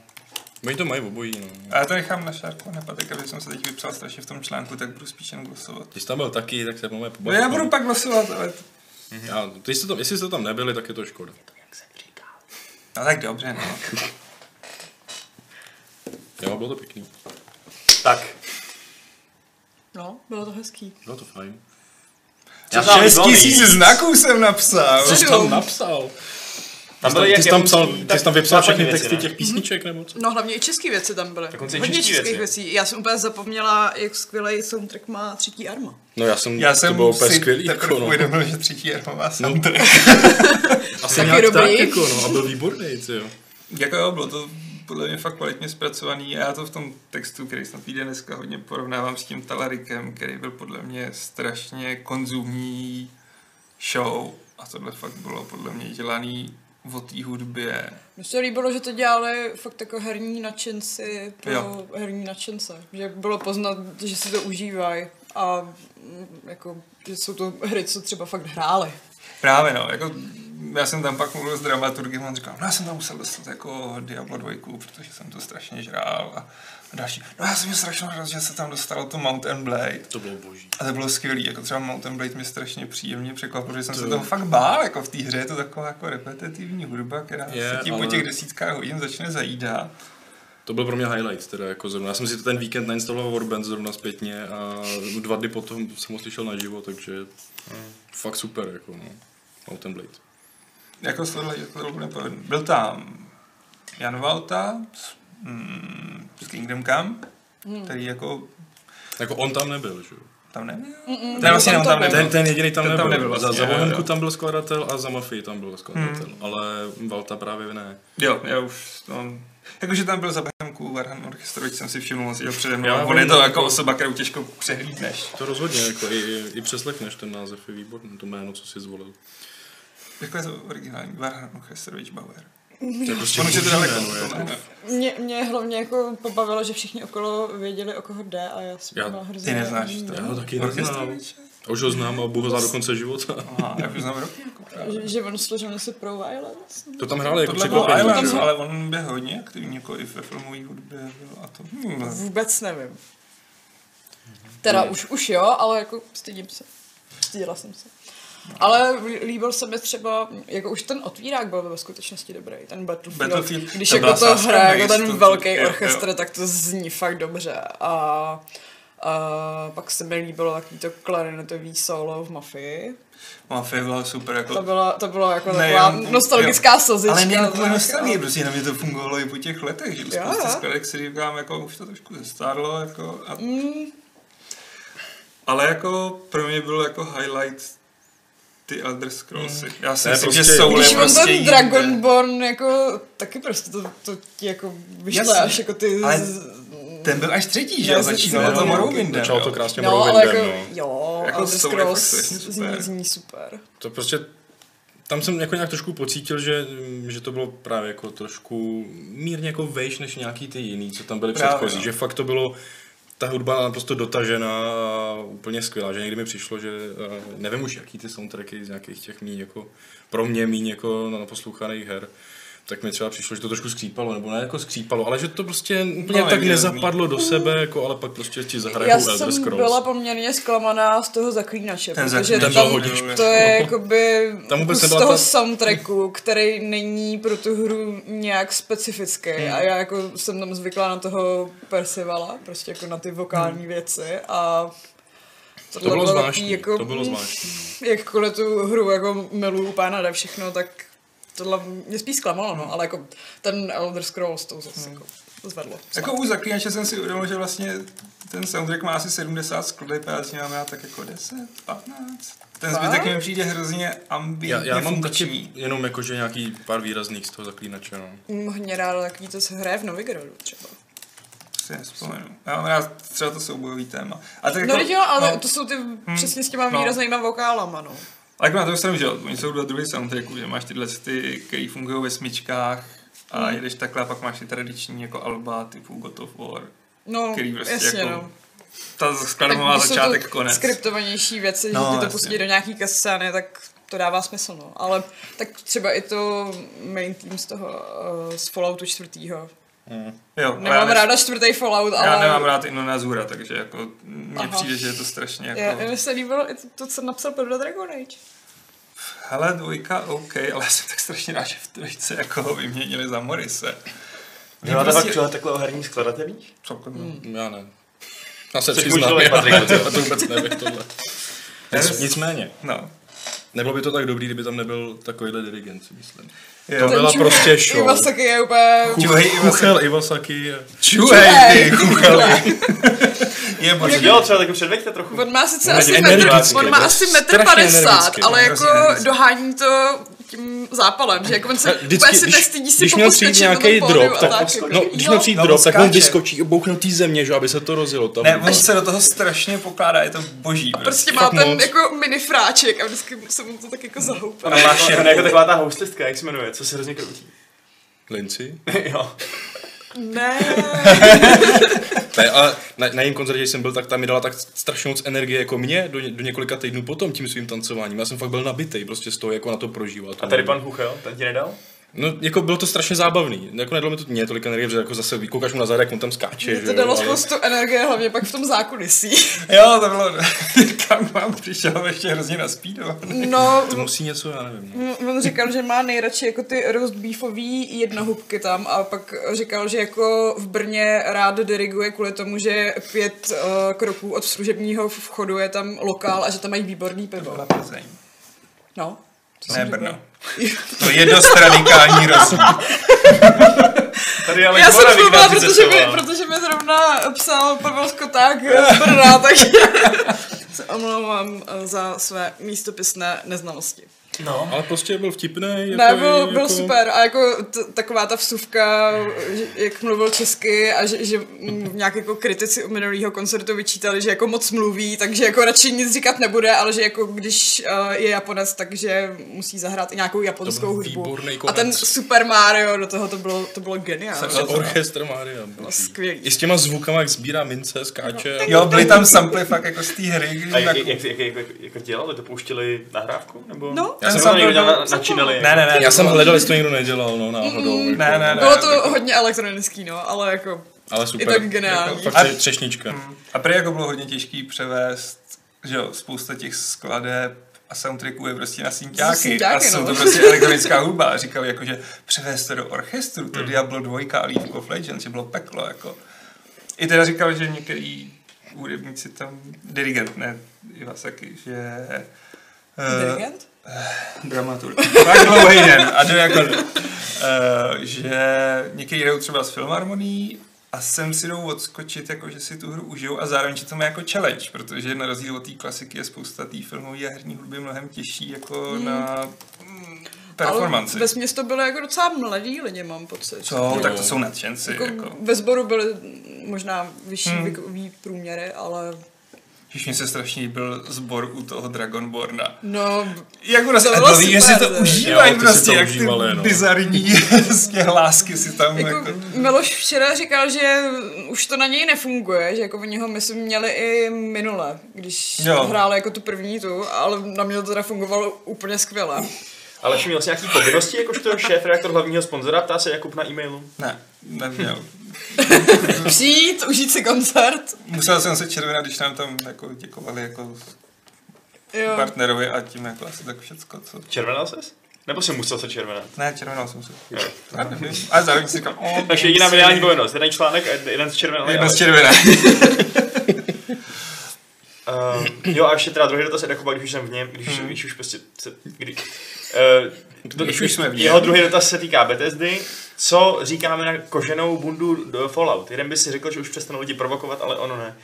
Oni to mají obojí, no. A já to nechám na šárku, na Patrik, aby jsem se teď vypsal strašně v tom článku, tak budu spíš jen glosovat. Ty jsi tam byl taky, tak se máme No pobavit. já budu pak glosovat, ale... Já, ty jste tam, jestli jste tam nebyli, tak je to škoda. No tak dobře, no. Jo, bylo to pěkný. Tak, No, bylo to hezký. Bylo to fajn. Já jsem Šest vybavený. tisíc znaků jsem napsal. Co jsi tam napsal? tam Ty byly jsi jak tam, psal, japonský, ty jsi tam tak vypsal západní všechny věci, texty ne? těch písniček, nebo co? No hlavně i české věci tam byly. Dokonce i Hodně čeští českých věcí. věci. Já jsem úplně zapomněla, jak skvělý soundtrack má třetí arma. No já jsem, Já jsem to bylo úplně si skvělý, teprve jako, no. uvědomil, že třetí armová jsem. No, Asi Taky nějak dobrý. tak, jako, no, a byl výborný, ty jo. Jako jo, bylo to podle mě fakt kvalitně zpracovaný a já to v tom textu, který snad vyjde dneska, hodně porovnávám s tím Talarikem, který byl podle mě strašně konzumní show a tohle fakt bylo podle mě dělaný o té hudbě. Mně se líbilo, že to dělali fakt jako herní nadšenci pro Jo. jo. herní nadšence. Že bylo poznat, že si to užívají a mm, jako, že jsou to hry, co třeba fakt hráli. Právě no, jako já jsem tam pak mluvil s dramaturgem a on říkal, no já jsem tam musel dostat jako Diablo 2, protože jsem to strašně žrál a, a další. No já jsem měl strašnou radost, že se tam dostalo to Mountain Blade. To bylo boží. A to bylo skvělý, jako třeba Mountain Blade mě strašně příjemně překvapil, že jsem se toho fakt bál, jako v té hře je to taková jako repetitivní hudba, která Je, se ti po ale- těch desítkách hodin začne zajídat. To byl pro mě highlight, teda jako zrovna. Já jsem si to ten víkend nainstaloval Warband zrovna zpětně a dva dny potom jsem ho slyšel naživo, takže fakt super, jako no. Mountain Blade. Jako z tohohle, jako to bude povedený. Byl tam Jan Valta z, mm, z Kingdom Come, který jako Jako on tam nebyl, že jo? tam nebyl. Ne, vlastně on on tam Jako tam byl. nebyl. Ten, ten jediný tam Ten tam nebyl. nebyl za, vlastně, za jo, Vohenku jo. tam byl skladatel a za Mafii tam byl skladatel, ale Valta právě ne. Jo, já už to... Jakože tam byl za Behemku, Varhan Orchestrovič jsem si všiml, on seděl přede mnou. Já a On vím, je to no, jako to- osoba, kterou těžko přehlídneš. To rozhodně, jako i, i- i přeslechneš ten název, je výborný, to jméno, co si zvolil. Jako je to originální, Varhan Orchestrovič Bauer. To je prostě On už je to boží daleko. jméno, to jako. ne. Mě, mě hlavně jako pobavilo, že všichni okolo věděli, o koho jde a já jsem Já- byla hrozně Ty neznáš to. Já ho No, taky neznám. Orchestroviče? A Už ho znám a Bůh ho zná do konce života. Aha, já už znám roky. Jako právě. Že, že on složil nese pro violence. To tam hráli jako Tohle bylo překvapení. Island, že jo? ale on byl hodně aktivní, jako i ve filmové hudbě byl a to. Hmm. Vůbec nevím. Teda už, už jo, ale jako stydím se. Stydila jsem se. Ale líbil se mi třeba, jako už ten otvírák byl ve skutečnosti dobrý, ten Battlefield. Battlefield, Když to jako byla to sázka hraje jako nejist, to- ten to- velký jo, jo. orchestr, tak to zní fakt dobře. A, a pak se mi líbilo takový to klarinetový solo v Mafii. Mafie byla super, To jako byla, to byla jako Ne, taková jo, nostalgická slzička. jako- ale měl tak, takovou nostalgii, jo. prostě jenom je to fungovalo i po těch letech, že u Jo, spousty jo. skladek si říkám, jako už to trošku zestárlo, jako a... Mm. Ale jako pro mě byl jako highlight ty Elder Scrollsy. Já si Ne, myslím, prostě- že Soul Když je on prostě ten jinde. Dragonborn, jako, taky prostě to, to ti jako vyšle Jasně, až jako ty... ale z- Ten byl až třetí, že Já jo? si- Začínalo to no, Morrowindem. Začalo jo. to krásně No, ale Morrowindem, jako, no. jo, Jako Elder jsou Scrolls jako strašně zní, super. zní super. To prostě tam jsem jako nějak trošku pocítil, že, že to bylo právě jako trošku mírně jako vejš než nějaký ty jiný, co tam byly Právě, předchozí. no. Že fakt to bylo ta hudba naprosto dotažená a úplně skvělá, že někdy mi přišlo, že eh, nevím už jaký ty soundtracky z nějakých těch míň jako, pro mě míň jako na poslouchaných her, tak mi třeba přišlo, že to trošku skřípalo, nebo ne jako skřípalo, ale že to prostě úplně No, tak je- nezapadlo do sebe, jako, ale pak prostě ti zahrajou Já Elder jsem Scrolls. byla poměrně zklamaná z toho zaklínače, Ten protože zaklínač byl tam, hodička. to je jakoby Tam vůbec kus z nebyla toho ta- soundtracku, který není pro tu hru nějak specifický Hmm. a já jako jsem tam zvyklá na toho Percivala, prostě jako na ty vokální věci a Hmm. To bylo takový jako zvláštní, to bylo zvláštní. no. jakkoliv tu hru jako miluju úplně nade všechno, tak tohle mě spíš zklamalo, no, ale jako ten Elder Scrolls to Hmm. zase jako zvedlo. Jako u Zaklínače jsem si uvědomil, že vlastně ten soundtrack má asi 70 skladeb a já s ním mám já tak jako 10, 15. Ten Fakt? zbytek mi přijde hrozně Já, ambientně já mám taky funkční. jenom jakože nějaký pár výrazných z toho zaklínače, no. Mm, Hodně ráda takový to se hraje v Novigradu třeba. Si nespomenu. Já mám rád třeba to soubojový téma. A tak No, jako, teď jo, ale to jsou ty přesně s těma no. výraznýma vokálama, no. Ale jako na to stranu, že jo, oni jsou dva druhy soundtracků, že máš tyhle ty, který fungují ve smyčkách a Hmm. jedeš takhle a pak máš ty tradiční jako alba typu God of War, No, který prostě jasně, jako no. ta skladba má když jsou začátek to konec. skriptovanější věci, No, že ti to jasně. pustí do nějaký kascány, tak to dává smysl, no. Ale tak třeba i to main team z toho, eh, z Falloutu čtvrtýho. Jo, ale No, já Nemám nes- ráda čtvrtý Fallout, ale... Já nemám rád Inona Zura, takže jako mně Aha. přijde, že je to strašně Já, jako... mně se líbilo i to, to, co napsal pro Dragon Age. Hele, dvojka, OK, ale já jsem tak strašně rád, že v trojce jako ho vyměnili za Morise. Děláte Prostě- fakt člověk takhle o herních skladatelích? Hmm. Já ne. Já se Jsi přiznám, muž, já, Patrik, já to vůbec nevím tohle. Já Nic, jsem- nicméně, No. nebylo by to tak dobrý, kdyby tam nebyl takovýhle dirigent, si myslím. Jo. To byla Čuhej prostě show. Iwasaki Vlastně je úplně... Čuhej Iwasaki. Kuchel Iwasaki. Čuhej, ty kuchel. Je On bože. to dělal třeba, tak předveďte trochu. On má sice On asi je metr, energický, on má je to asi metr jako strašně 50, energický, ale je jako hrozně energický. dohání to tím zápalem, že jako on se Vždycky, úplně si když, nestydí si když měl přijít poposkočit na tom nějaký pódiu drop, a tak, jako, no, že když jo. měl přijít No, drop, tak on skáče. vyskočí, oboukne té země, že aby se to rozjelo tam. Ne, on se do toho strašně pokládá, je to boží. Prostě má Fakt ten moc. jako mini fráček a vždycky se mu to tak jako zahoupá. On je, máš on, on šerpu. je jako taková ta hostlistka, jak se jmenuje, co se hrozně kroutí. Linci? jo. Ne, Ne, ale na, na jejím koncertě, když jsem byl, tak tam mi dala tak strašně moc energie jako mě do, ně- do několika týdnů potom tím svým tancováním. Já jsem fakt byl nabitej prostě z toho, jako na to prožívat. A tady pan Huchel, ten ti nedal? No, jako bylo to strašně zábavný. Jako nedalo mi to mě tolik energie, protože jako zase koukáš mu na záda, jak on tam skáče. mě že to jo, dalo ale- spoustu energie, hlavně pak v tom zákulisí. Jo, to bylo... Kam mám přišel ještě hrozně naspídovaný. No, To musí něco, já nevím. Mm, On říkal, že má nejradši jako ty roast beefový jednohubky tam a pak říkal, že jako v Brně rád diriguje kvůli tomu, že pět eh, kroků od služebního vchodu je tam lokál a že tam mají výborný pivo. Byla Plzeň. No. to Ne, jsem řekla. Brno. To je dost radikální rozdíl. Tady ale Já jsem Dvoravik mluvila, nám protože mi, přicestoval. protože mi zrovna psal Pavel Skoták eh, z Brna, takže se omlouvám eh, za své místopisné neznalosti. No. Ale prostě byl vtipný. Ne, byl, byl super. A jako t- taková ta vsuvka, že- jak mluvil česky a že, že mm, nějak jako kritici u minulého koncertu vyčítali, že jako moc mluví, takže jako radši nic říkat nebude, ale že jako když eh, je Japonec, takže musí zahrát i nějakou japonskou hudbu. výborný A ten konec. Super Mario do toho, to bylo, to bylo geniální. Ten orchestr Mária. No, boží. skvělý. I s těma zvukama, jak sbírá mince, skáče. Jo, byly tam samply fakt jako z té hry. když A jak, tak- jak, jak, jak, jak, jak dělali? Dopouštili nahrávku? Nebo? No. já jsem Ten to někdo sample dělal, byl- na- načinili. Ne, ne, ne. Já to jsem bylo- hledal, jestli to někdo nedělal, no náhodou. Mm. jako. Ne, ne, ne. Bylo to hodně elektronický, no, ale jako Ale je super. tak geniální. No, Fakt tře- Mhm. třešnička. A prý jako bylo hodně těžký převést, že jo, spousta těch skladeb a soundtracků je prostě na synťáky a synťáky, jsou no. to prostě elektronická hudba a říkal jako, že převést to do orchestru, Mhm. to Diablo 2 a League of Legends, že bylo peklo jako. I teda říkal, že některý hudebníci tam, dirigent, ne Iwasaki, že... eh, dirigent. dramaturg. Fakt dlouhý eh, den a do jako, uh, že někdy jdou třeba s filharmonií a a sem si jdou odskočit, jako že si tu hru užijou a zároveň ti to má jako challenge, protože na rozdíl od té klasiky je spousta té filmové a herní hudby mnohem těžší jako hmm. na mm, performance. Ale ve směs to bylo jako docela mladí lidi, mám pocit. Co? Jo. Tak to jsou nadšenci. Jako, Jako... Jako. Ve sboru byly možná vyšší hmm. věkový průměry, ale Když mi se strašně líbil sbor u toho Dragonborna. no, Jako prostě, To a bylo to ví, že si super, to ne? užívají Jo, ty si prostě, to jak ty užívali, no. bizarní vlastně lásky si tam jako... jako Miloš včera říkal, že už to na něj nefunguje, že jako oni ho myslím měli i minule, když Jo. hráli jako tu první tu, ale na mě to teda fungovalo úplně skvěle. Ale měl jsi nějaký povinnosti, jakožto šéf, reaktor hlavního sponzora, ptá se Jakub na e-mailu. Ne, neměl. Přijít, užít si koncert. Musel jsem se červenat, když nám tam jako děkovali jako Jo. partnerovi a tím jako asi tak všecko, co... Červenal ses? Nebo jsi musel se červenat? Ne, červenal jsem se. Jo. Já nevím. A zároveň si říkal, o, Takže jediná mediální povinnost, jeden článek a jeden z červených. Jedna z červené. Uh, jo a ještě teda druhý dotaz je Jakuba, když už jsem v něm, když, hmm. když už prostě se, kdy, uh, Když už jsme v něm. Jeho druhý dotaz se týká Bethesdy. Co říkáme na koženou bundu do Fallout? Jeden by si řekl, že už přestanou lidi provokovat, ale ono ne.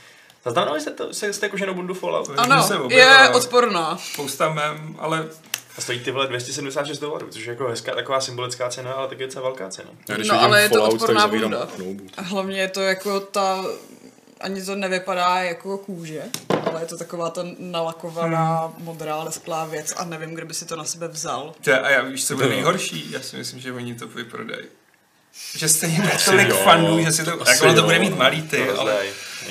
Zaznamenali jste, to, se, jste koženou bundu Fallout? Že Ano, se objevila je odporná. Spousta mem, ale A stojí ty vole 276 dolarů, což je jako hezká, taková symbolická cena, ale taky docela velká cena. Já No, vidím ale je to Fallout, tak odporná zavírám bunda. notebook. A hlavně je to jako ta, ani to nevypadá jako kůže, ale je to taková ta nalakovaná, modrá, lesklá věc a nevím, kde by si to na sebe vzal. to, a já víš, co bude Jo. nejhorší, já si myslím, že oni to vyprodají. Že stejně bude Asi tolik jo. fandů, že si to, Asi jako ono to jo. bude mít malý ty, ale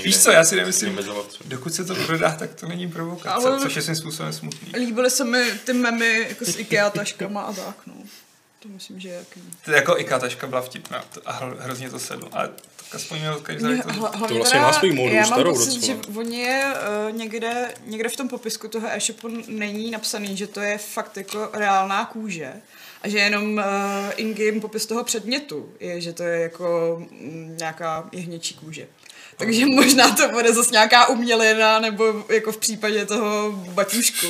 víš co, já si nemyslím, Mezolovců. dokud se to prodá, tak to není provokace, Ale- což je svým způsobem smutný. Líbily se mi ty memy jako s IKEA taškama a tak, no. To myslím, že je jaký. To jako i taška byla vtipná to- a hro- hrozně to sedlo, ale tak aspoň měl každý Mě- to... hla- hlavně vlastně teda má svůj módu, já mám starou pocit, docela. že oni je uh, někde, někde v tom popisku toho e-shopu není napsaný, že to je fakt jako reálná kůže. A že jenom uh, in-game popis toho předmětu je, že to je jako mm, nějaká jehněčí kůže. Takže možná to bude zase nějaká umělina, nebo jako v případě toho baťušku.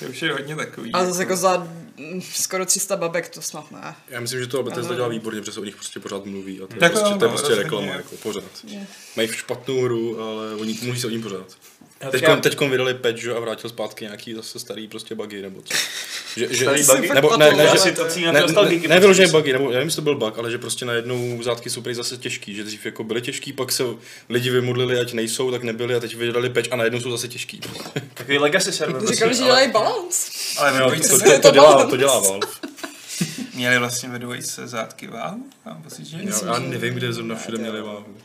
To už je hodně takový. A zase jako za mm, skoro 300 babek to snad ne. Já myslím, že to Bethesda Ano. dělá výborně, protože se o nich prostě pořád mluví a to je Tak prostě, jo, to je no, prostě rozhodně. reklama, jako pořád. Mají špatnou hru, ale oni mluví se o ní pořád. Já teďka- Teďkon, teďkon vydali patch že jo, a vrátil zpátky nějaký zase starý prostě bugy nebo co. Že, že, Starý buggy? Nebo ne, Jako ne, Já Ale že, si to to je- cíl ne, na to dostal ne, geeky, ne vyloženě prostě. bugy, nebo já nevím, jestli to byl bug, ale že prostě najednou zátky jsou prý zase těžký, že dřív jako byly těžký, pak se lidi vymodlili, ať nejsou, tak nebyli a teď vydali patch a najednou jsou zase těžký. Takový legacy server. Vlastně prostě, Říkali, že dělají balans. Ale No, no, to, se, to, to, dělá, to dělá Valve. měli vlastně vedoucí se zátky vám? Mám pocit, že? Já, já nevím, kde zrovna všude měli váhu.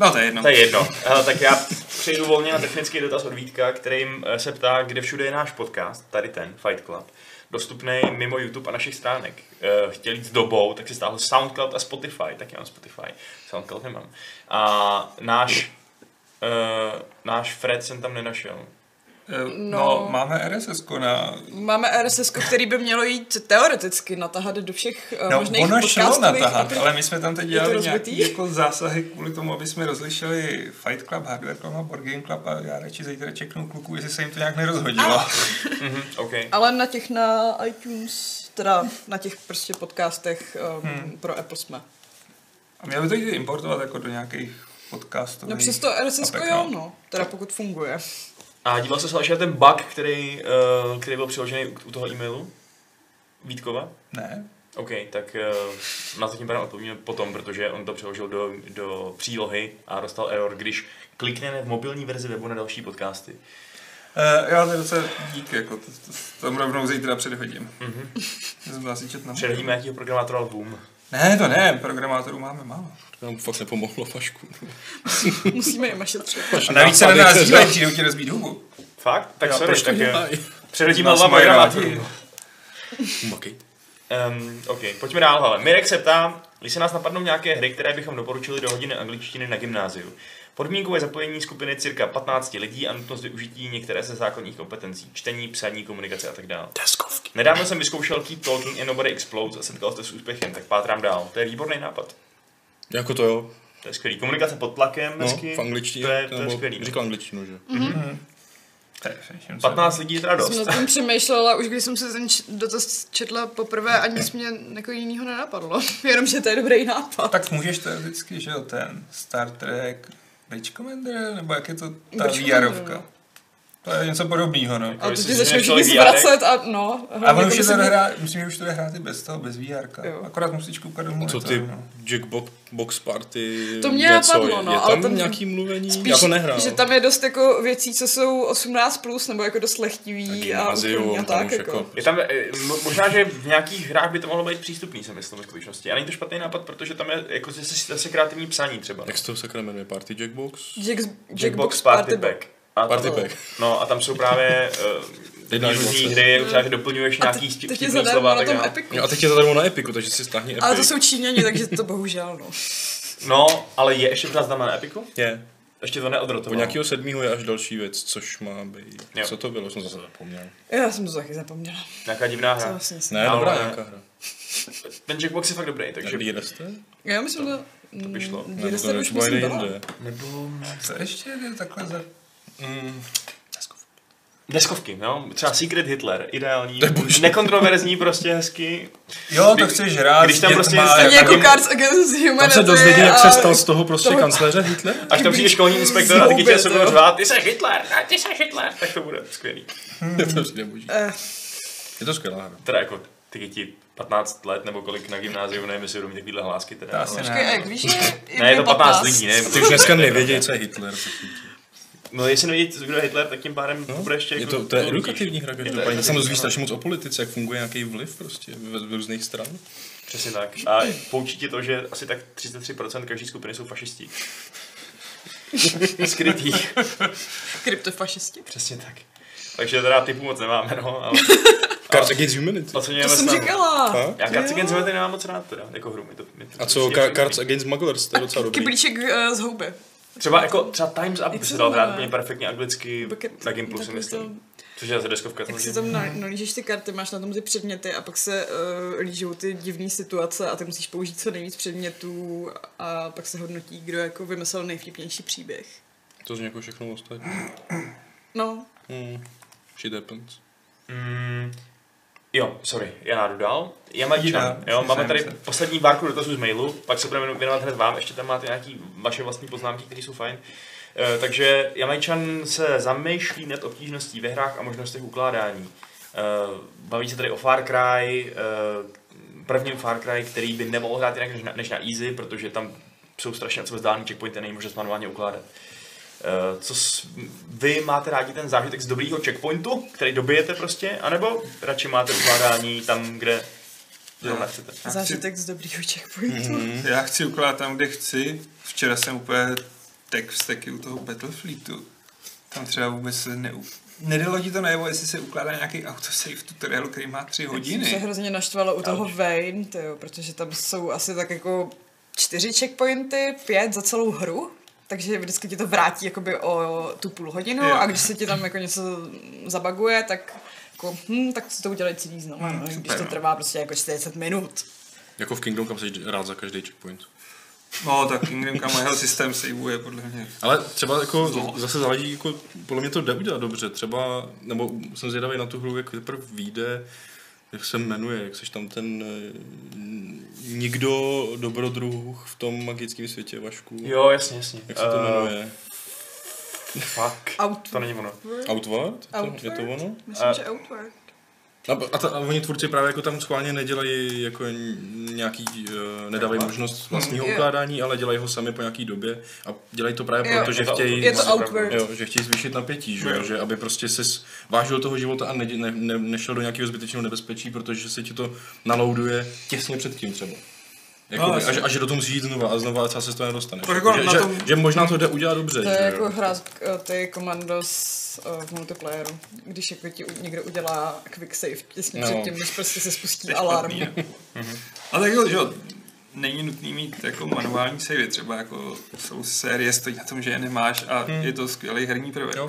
No to je jedno. To je jedno. Hele, tak já přejdu volně na technický dotaz od Vítka, kterým eh, se ptá, kde všude je náš podcast, tady ten, Fight Club, dostupný mimo YouTube a našich stránek. Eh, Chtěl jít s dobou, tak si stáhl SoundCloud a Spotify, taky mám Spotify, SoundCloud nemám. A náš, eh, náš Fred jsem tam nenašel. Eh, No, No. máme RSS na... Máme RSS, který by mělo jít teoreticky natahat do všech eh, No, možných ono šlo podcastových natahat, aplik- ale my jsme tam teď jako- to dělali rozbitý? nějaký jako zásahy kvůli tomu, aby jsme rozlišili Fight Club, Hardware Club a Board Game Club a já radši zítra čeknu kluku, jestli se jim to nějak Ah! nerozhodilo. Mhm, OK. Ale na těch na iTunes, teda na těch prostě podcastech um, Hmm. pro Apple jsme. No, A měli by to jít importovat jako do nějakých podcastů. No přes to RSS apek, jo, no. no. Teda pokud funguje. A díval jste se ještě na ten bug, který, eh, který byl přiložený u- u toho e-mailu? Vítkova? Ne, OK, tak uh, na to tím pádem odpovíme potom, protože on to přeložil do, do přílohy a dostal error, když klikneme v mobilní verzi webu na další podcasty. Uh, já to je docela dík, jako to, to, tam rovnou zítra předhodím. Mhm. Já jsem asi četl na Předhodíme nějakého programátora Boom. Ne, to ne, programátorů máme málo. To nám fakt nepomohlo, Pašku. Musíme je mašet třeba. A navíc se na Napadej nás se, dívají, přijdou ti rozbít hubu. Fakt? Tak Jo, sorry, proč tak eh, Aj, předhodíme Nás dva mají programátorů. rádi. Umakej. Um, OK, pojďme dál, ale Mirek se ptá, když se nás napadnou nějaké hry, které bychom doporučili do hodiny angličtiny na gymnáziu. Podmínkou je zapojení skupiny cirka 15 lidí a nutnost využití některé ze základních kompetencí, čtení, psaní, komunikace a tak dále. Deskovky. Nedávno jsem vyzkoušel Keep Talking and Nobody Explodes a setkal jste s úspěchem, tak pátrám dál. To je výborný nápad. Jako to jo. To je skvělý. Komunikace pod tlakem, No, hezky. v angličtině. To je, to je nebo skvělý. Říkal angličtinu, že? To je všechno, co- 15 lidí je teda dost. Jsem nad tím přemýšlela, už když jsem se ten č- dotaz četla poprvé, ani nic mě jako jiného nenapadlo. Jenom, že to je dobrý nápad. No, Tak můžeš teoreticky, že jo, ten Star Trek Bridge Commander, nebo jak je to ta Bridge Commander, výjarovka? no. To je něco podobného, no. Jako A to jestli ti si začne člověk všichni VR, zvracet a no. A on už je to jako myslím, hrá, myslím, že už to jde hrát i bez toho, bez VR. Jo. Akorát musíš koukat do Co monitoru, ty no. Jackbox Box Party, To mě něco napadlo, je. no, je ale tam tam nějaký mluvení? Spíš, Já to nehrál. že tam je dost jako věcí, co jsou 18+, plus, nebo jako dost lehtivý a, Aziu, úplný a tak jako. Je tam, eh, mo- možná, že v nějakých hrách by to mohlo být přístupný, si myslím, ve skutečnosti. A není to špatný nápad, protože tam je jako zase, zase kreativní psaní třeba. Jak se to sakra jmenuje? Party Jackbox? Jack's, Jackbox Party Pack. A tam- Party Pack. No a tam jsou právě uh, Jednáš různý moc. hry, jako třeba, že doplňuješ A nějaký teď, vtip- teď vtipný je zadarmo slova a na tak jako tom dále. Epiku. Jo, a teď je zadarmo na Epiku, takže si stáhni Epic. Ale to jsou Číňani, takže to bohužel, no. No, ale je ještě pořád znamená na Epiku? Je. Ještě to neodrotovalo. Po nějakého sedmýho je až další věc, což má být. Jo. Co to bylo? Jsem zase zapomněl. Já jsem to taky zapomněla. Nějaká divná Co hra. vlastně jsem... Ne, Ale- dobrá nějaká hra. Ten Jackbox je fakt dobrý, takže... Lídeste? Já myslím, že... to by šlo. Dvě se už myslím byla. Nebo... Co ještě jde takhle za... Mm, Deskovky, no. Třeba Secret Hitler, ideální. boží. Nekontroverzní, prostě hezky. Jo, Kdy- to chceš hrát když s tam dětma, prostě ale stejně Stejně taky- jako Cards Against tam Humanity. se dozvěděl, jak se a- stal z toho prostě kancléře Hitler? Až tam přijde školní inspektor a ty děti Zloubit, se budou jo. řvát, ty jsi Hitler, a ty jsi Hitler, tak to bude skvělý. to přijde boží. Eh, Je to skvělá hra. Teda jako ty děti 15 let nebo kolik na gymnáziu, nevím, jestli budou mít takovýhle hlásky To teda. asi ale- počkej, ne. jak víš, že... Ne, je to 15 lidí, nevím. Ty už dneska nevědějí, co je Hitler. No jestli nevědí, kdo je Hitler, tak tím pádem to bude ještě No, Je jako... to, to je edukativní hra, každopádně. edukativní, Tak se dozvíš ano. strašně moc o politice, jak funguje nějaký vliv prostě ve, ve různých stran. Přesně tak. A poučí tě to, že asi tak 33% každý skupiny jsou fašisti. Skrytý. Kryptofašisti. Přesně tak. Takže teda typu moc nemáme, no, ale Cards Against Humanity. To oceňujeme jsem snahu. říkala. A, Já Cards Against Humanity nemám moc rád teda, jako hru. Mi to, mi to a co přijde jako Ka- vtipný. Cards Against Smugglers, to je docela dobrý. Kyblíček eh, z houby. Třeba jako třeba Times Up by Jak se se dal to hrát jmenuje? úplně perfektně anglicky Bucket- na Gimplu si takový myslím. Což je zase deskovka. Jak si samozřejmě. tam na- nalížeš ty karty, máš na tom ty předměty a pak se uh, lížou ty divné situace a ty musíš použít co nejvíc předmětů a pak se hodnotí, kdo jako vymyslel nejvtipnější příběh. To zní jako všechno ostatní. No, Hmm. Shit happens. Mm, jo, sorry, já jdu dál. Já mám Jdi dál, jo, máme sám tady se. poslední várku dotazů z mailu, pak se budeme věnovat hned vám, ještě tam máte nějaký vaše vlastní poznámky, které jsou fajn. E, takže Jamajčan se zamýšlí nad obtížností ve hrách a možnostech ukládání. E, baví se tady o Far Cry, e, prvním Far Cry, který by nemohl hrát jinak než na, než na Easy, protože tam jsou strašně moc vzdálený checkpointy a není možnost manuálně ukládat. Eh, co s, vy máte rádi ten zážitek z dobrýho checkpointu, který dobijete prostě, anebo radši máte ukládání tam, kde zrovna chcete. Já chci- zážitek z dobrýho checkpointu. Hm? Já chci ukládat tam, kde chci. Včera jsem úplně tek vsteky u toho Battlefleetu. Tam třeba vůbec se neu... Nedalo ti to najevo, jestli se ukládá nějaký autosave tutorial, který má tři Jsem se hodiny. hrozně naštvala u toho Vane, tyjo, protože tam jsou asi tak jako čtyři checkpointy, pět za celou hru. Takže vždycky ti to vrátí jakoby o tu půl hodinu Jo. a když se ti tam jako něco zabaguje, tak jako, hm, tak si to udělej celý znovu, Hm, no, když super, to no. trvá prostě jako 40 minut. Jako v Kingdom, kam jsi rád za každý checkpoint. No, tak Kingdom Come jeho systém saveuje, podle mě. Ale třeba jako no. zase záleží, jako, podle mě to jde udělat dobře. Třeba, nebo jsem zvědavý na tu hru, jak teprve vyjde, jak se jmenuje, jak seš tam ten eh, nikdo dobrodruh v tom magickém světě, Vašku. Jo, jasně, jasně. Jak se to Eh, jmenuje? fuck. Out- To není ono. Outward? Outward? Je to ono? Myslím, A- že Outward. A, a, ta, a oni tvůrci právě jako tam schválně nedělají jako n- nějaký, uh, nedávají možnost vlastního Jo. ukládání, ale dělají ho sami po nějaký době a dělají to právě Jo. proto, že Je to- chtějí... Je to Máte Outward. Jo, že chtějí zvýšit napětí, že jo? Jo. Že aby prostě se vážil toho života a ne, ne, ne, nešel do nějakého zbytečného nebezpečí, protože se ti to nalouduje těsně před tím třeba. Jako, No, a, jasně. že, a že do tom žít znova a znova a třeba se z toho nedostaneš. Tak jako že, na že, tom- že, možná to jde udělat dobře. To že je jo? jako hra z- eh, ty komandos eh, v multiplayeru, když jako ti u- někdo udělá quick save těsně No. předtím, než prostě se spustí je alarm. špatný, no. Ale tak jo, že jo, není nutný mít jako manuální savey, třeba jako jsou série, stojí na tom, že je nemáš a je to skvělý herní prvek. Jo.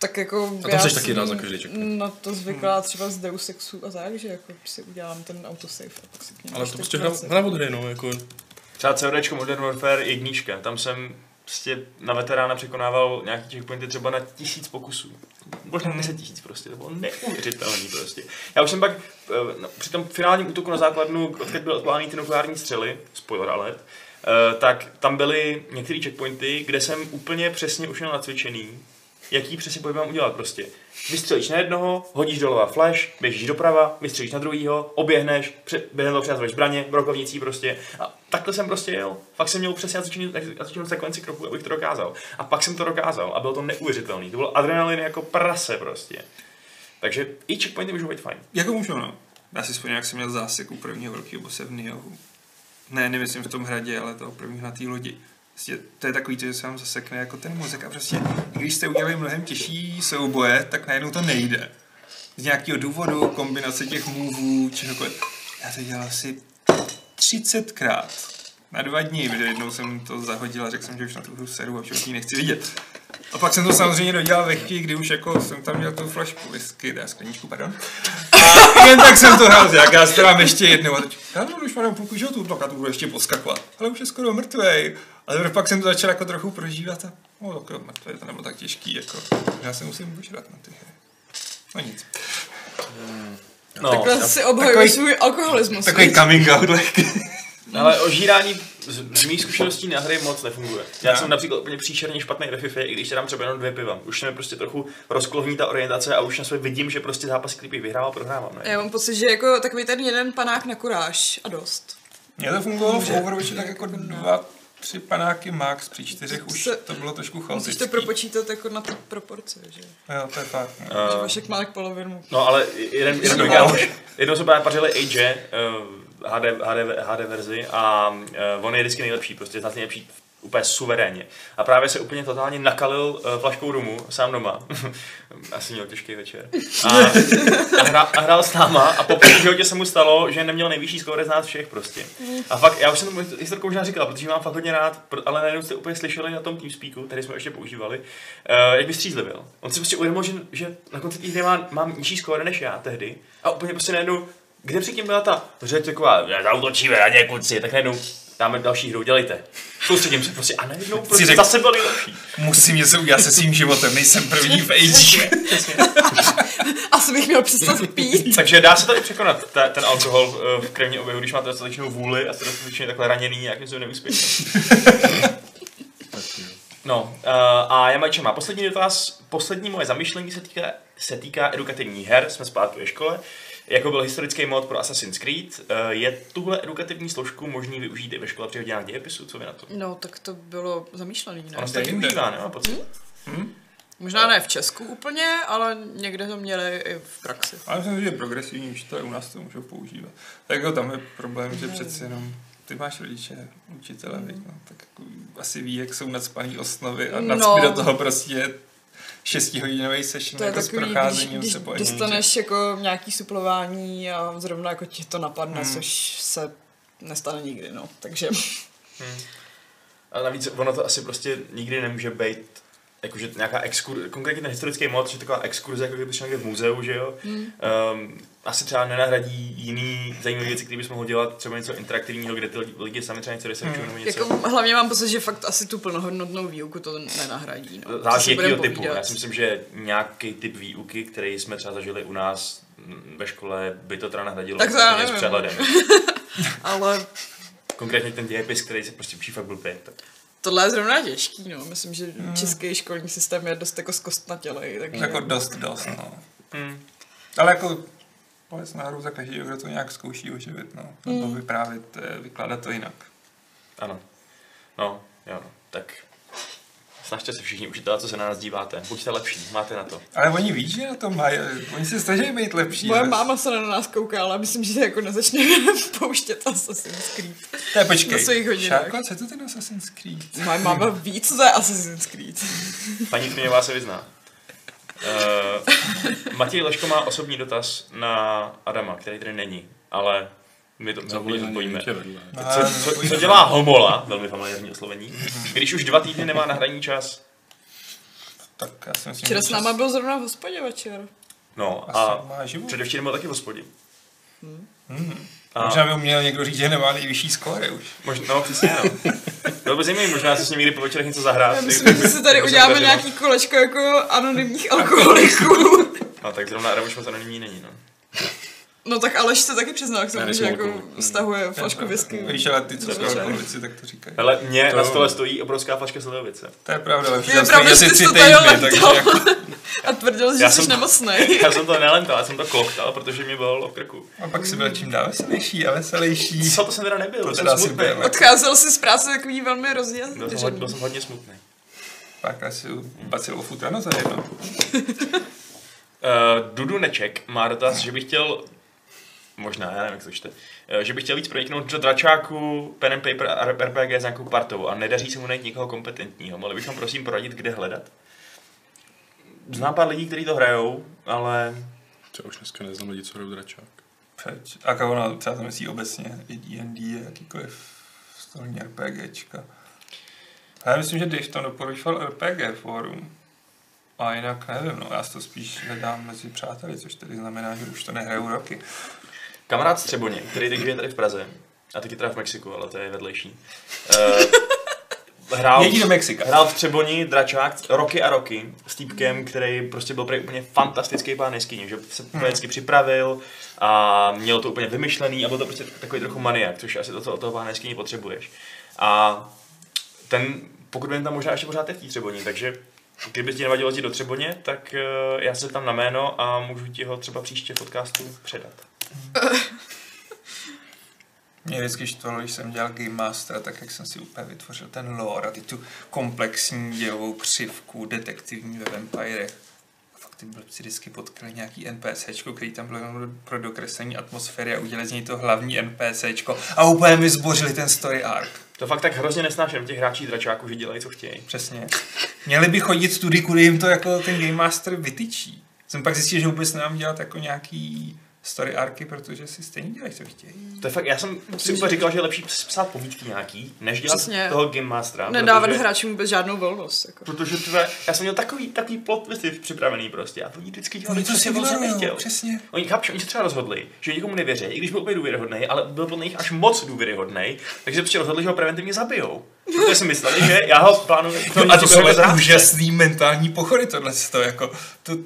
Tak jako A tam já seš jsem taky rád za každý checkpoint. Na to zvyklá třeba z Deus Exu a tak, že jako si udělám ten autosave a pak si k němu Ale ještě to prostě hra, vracím. hra od hry, no, jako Třeba CODčko Modern Warfare jednička, tam jsem prostě na veterána překonával nějaký checkpointy třeba na tisíc pokusů. Možná deset tisíc prostě, to bylo neuvěřitelný prostě. Já už jsem pak eh, na- při tom finálním útoku na základnu, odkud byly odplány ty nukleární střely, spoiler alert, eh, tak tam byly některé checkpointy, kde jsem úplně přesně už měl nacvičený, jaký přesně pohyb mám udělat prostě. Vystřelíš na jednoho, hodíš doleva flash, běžíš doprava, vystřelíš na druhýho, oběhneš, pře- během toho přihazuješ zbraně, brokovnicí prostě. A takhle jsem prostě jel. Fakt jsem měl přesně nacvičený- nacvičenou sekvenci kroků, abych to dokázal. A pak jsem to dokázal a bylo to neuvěřitelný. To byl adrenalin jako prase prostě. Takže i checkpointy můžou být fajn. Jako můžu, no. Já si vzpomínám, jak jsem měl zásek u prvního velkého bose v Niohu. Ne, nemyslím v tom hradě, ale toho prvního na té lodi. Prostě to je takový to, že se vám zasekne jako ten mozek a prostě, když jste udělali mnohem těžší souboje, tak najednou to nejde. Z nějakého důvodu, kombinace těch movů, čehokoliv. Já to dělal asi 30krát na dva dní, protože jednou jsem to zahodil a řekl jsem, že už na tu hru seru a už ji nechci vidět. A pak jsem to samozřejmě dodělal ve chvíli, kdy už jako jsem tam měl tu flašku whisky, teda skleničku, pardon. A jen tak jsem to hrál, jak já se dám ještě jednou. A teď, já no, už mám jenom půlku životu, tak já to budu ještě poskakovat. Ale už je skoro mrtvej. A teprve pak jsem to začal jako trochu prožívat a no, tak jo, mrtvej, to nebylo tak těžký, jako. Já se musím dožrat na ty hry. No nic. No, Takhle si obhajuje takový- svůj alkoholismus. Takový coming out, like. No, ale ožírání z, z mých zkušeností na hry moc nefunguje. Já Ne. jsem například úplně příšerně špatný ve FIFA, i když tam třeba jenom dvě piva. Už se mi prostě trochu rozklohní ta orientace a už na sebe vidím, že prostě zápas, který bych vyhrál, prohrávám. Ne? Já mám pocit, že jako takový ten jeden panák na kuráž a dost. Mně to fungovalo v Overwatchi tak jako dva, tři panáky max, při čtyřech už Se- to bylo trošku Musíš chaotický. to propočítat jako na ty proporce, že? Jo, to je fakt. no. Že Vašek má tak polovinu. No ale jeden, jeden Dobrý kámoš, kámoš. jednou jsme právě pařili AJ, uh, HD, HD, HD verzi a uh, on je vždycky nejlepší, prostě je z nás nejlepší úplně suverénně. A právě se úplně totálně nakalil uh, flaškou rumu, sám doma. Asi měl těžký večer. A, a, hra, a hrál s náma a po první životě se mu stalo, že neměl nejvyšší skóre z nás všech prostě. A fakt, já už jsem tomu historku možná říkal, protože mám fakt hodně rád, pr- ale najednou jste úplně slyšeli na tom TeamSpeaku, který jsme ještě používali, uh, jak vystřízlivěl. On si prostě uvědomil, že, že na konci té hry má, mám nižší skóre než já tehdy a úplně prostě najednou, kde předtím byla ta řeč taková, "Ne, zautočíme na ně kluci, tak najednou dáme další hru, dělejte. Soustředím se prostě a najednou prostě řekl- zase byli lepší. Musím něco udělat se svým životem, nejsem první v age. Asi bych měl přestat pít. Takže dá se tady překonat ta, ten alkohol eh, v krevní oběhu, když máte dostatečnou vůli a jste dostatečně takhle raněný nějakým svým neúspěchem. No eh, a Jamajče má poslední dotaz. Poslední moje zamyšlení se týká, se týká edukativní her. Jsme zpátky ve škole. Jako byl historický mod pro Assassin's Creed, eh, je tuhle edukativní složku možný využít i ve škole při hodinách dějepisu? Co vy na to? No, tak to bylo zamýšlený, ne? Ono se taky jinde. využívá, ne? Mám pocit. Možná ne v Česku úplně, ale někde to měli i v praxi. Ale myslím, si, že progresivní učitelé u nás to můžou používat. Tak jako tam je problém, že přeci jenom ty máš rodiče, učitele, viď, no, tak jako asi ví, jak jsou nadspaný osnovy a Mhm. No. nadspí do toho prostě šestihodinový session To je jako s takový, když, procházením když se po dostaneš jako nějaký suplování a zrovna jako tě to napadne, což se nestane nikdy, no. Takže A navíc ono to asi prostě nikdy nemůže být jakože nějaká exkurze, konkrétně ten historický mod, že taková exkurze, jako kdyby šel někde v muzeu, že jo, Hmm. mm. um, asi třeba nenahradí jiný zajímavé věci, které bys mohl dělat, třeba něco interaktivního, kde ty lidi- lidi sami třeba něco researchují nebo něco. jako, hlavně mám pocit, že fakt asi tu plnohodnotnou výuku to nenahradí, no. Co si Záleží budem jakého typu. povídat. Já si myslím, že nějaký typ výuky, který jsme třeba zažili u nás m, ve škole, by to teda nahradilo Tak to já úplně s nevím. přehledem. Ale Konkrétně ten dějepis, který se prostě píše fakt blbě. Tak. tohle je zrovna těžký, no. Myslím, že český školní systém je dost jako zkostnatělej, takže... Jako dost, dost, no. Hmm. Ale jako pojď na hru za každý, kdo to nějak zkouší oživit, no. Hmm. Nebo vyprávět, eh, vykládat to jinak. Ano. No, jo, no. tak snažte se všichni učitelé, co se na nás díváte. Buďte lepší, máte na to. Ale oni ví, že na to mají, eh, oni se snaží být lepší. Moje ale- máma se na nás kouká, ale myslím, že jako nezačne pouštět Assassin's Creed. To je počkej. na svých hodinách. Šárko, co je to ten Assassin's Creed? Moje máma ví, co to je Assassin's Creed. Paní Tměvá se vyzná. Uh, Matěj Leško má osobní dotaz na Adama, který tady není, ale my to my to odpovíme. Ah, Co, co, co dělá Homola, velmi familiární oslovení, když už dva týdny nemá na hraní čas? Tak já si myslím, Včera že s náma byl zrovna v hospodě večer. No Asi a má život. především byl taky v hospodě. Hmm. A- Možná by měl někdo říct, že nemá nejvyšší skóre už. Možná, no, přesně, no. Bylo by zajímavé, možná si s ním někdy po večerech něco zahrát. Já myslím, že se tady Jako se uděláme zdařilo. nějaký kolečko jako anonymních alkoholiků. No, tak zrovna Adam už moc anonimní není, no. No tak Aleš se taky přiznal k tomu, nejsem že jako alkoholik. stahuje flašku whisky. Víš, ale ty, co To jsou je alkoholici, tak to říkají. Ale mě To- na stole stojí obrovská flaška slivovice. To je pravda, ale Je pravda, že jsi to tady leptal a tvrdil, že Já jsi jsem- nemocný. Já jsem to nelental, já jsem to kloktal, protože mě bylo v krku. A pak si byl čím dál veselější a veselější. Co to jsem teda nebyl, To to teda jsem asi smutný. byl. Odcházel si z práce takový velmi Byl jsem, hodně, byl rozjezděný. jsem hodně smutný. Pak asi bacil o futrano za jedno. Uh, Dudu Neček má dotaz, že bych chtěl, možná, já nevím, jak se to čte, eh, že bych chtěl víc proniknout do dračáku, pen and paper a RPG s nějakou partou a nedaří se mu najít někoho kompetentního. Mohli bychom prosím poradit, kde hledat. Znám pár lidí, kteří to hrajou, ale Třeba už dneska neznám lidi, co hrajou dračák. Přeč. A ono třeba to myslí obecně, i D&D, jakýkoliv stolní RPGčka. A já myslím, že Dave tam doporučoval RPG forum. A jinak nevím, no já si to spíš hledám mezi přáteli, což tedy znamená, že už to nehraju roky. Kamarád Střeboně, který teď žije tady v Praze, a taky teda v Mexiku, ale to je vedlejší. Uh, hrál, Jedí do Mexika. hrál v Třeboni dračák roky a roky s týpkem, který prostě byl prej úplně fantastický pán jeskyně, že se hmm. vždycky připravil a měl to úplně vymyšlený a byl to prostě takový trochu maniak, což asi to, co od toho pán jeskyně potřebuješ. A ten, pokud vím, tam možná ještě pořád je v té Třeboni, takže kdyby ti nevadilo ti do Třeboně, tak eh, já se tam na jméno a můžu ti ho třeba příště v podcastu předat. Mě vždycky štvalo, když jsem dělal Game Mastera, tak jak jsem si úplně vytvořil ten lore a ty tu komplexní dělovou křivku detektivní ve Vampirech. A fakt ty blbci vždycky potkali nějaký NPCčko, který tam bylo jenom pro dokreslení atmosféry a udělali z něj to hlavní NPCčko a úplně mi zbořili ten story arc. To fakt tak hrozně nesnáším těch hráčí dračáků, že dělají, co chtějí. Přesně. Měli by chodit tudy, kudy jim to jako ten Game Master vytyčí. Jsem pak zjistil, že vůbec nemám dělat jako nějaký story arky, protože si stejně dělají, co chtějí. To je fakt, já jsem si úplně říkal, že je lepší ps- psát povídky nějaký, než dělat Přesně. toho Game Mastera. Nedávat protože- hráčům vůbec žádnou volnost. Jako. Protože tvé, já jsem měl takový, takový plot twisty připravený prostě a oni vždycky dělali, Oni co to si si vlastně ignorujou, nechtěl. přesně. Oni, chápeš, oni se třeba rozhodli, že nikomu nevěří, i když byl úplně důvěryhodný, ale byl podle nich až moc důvěryhodný, takže prostě rozhodli, že ho preventivně zabijou. Protože si mysleli, že já ho plánuju. No, a to jsou jako zrádce. úžasný mentální pochody, tohle to jako, to,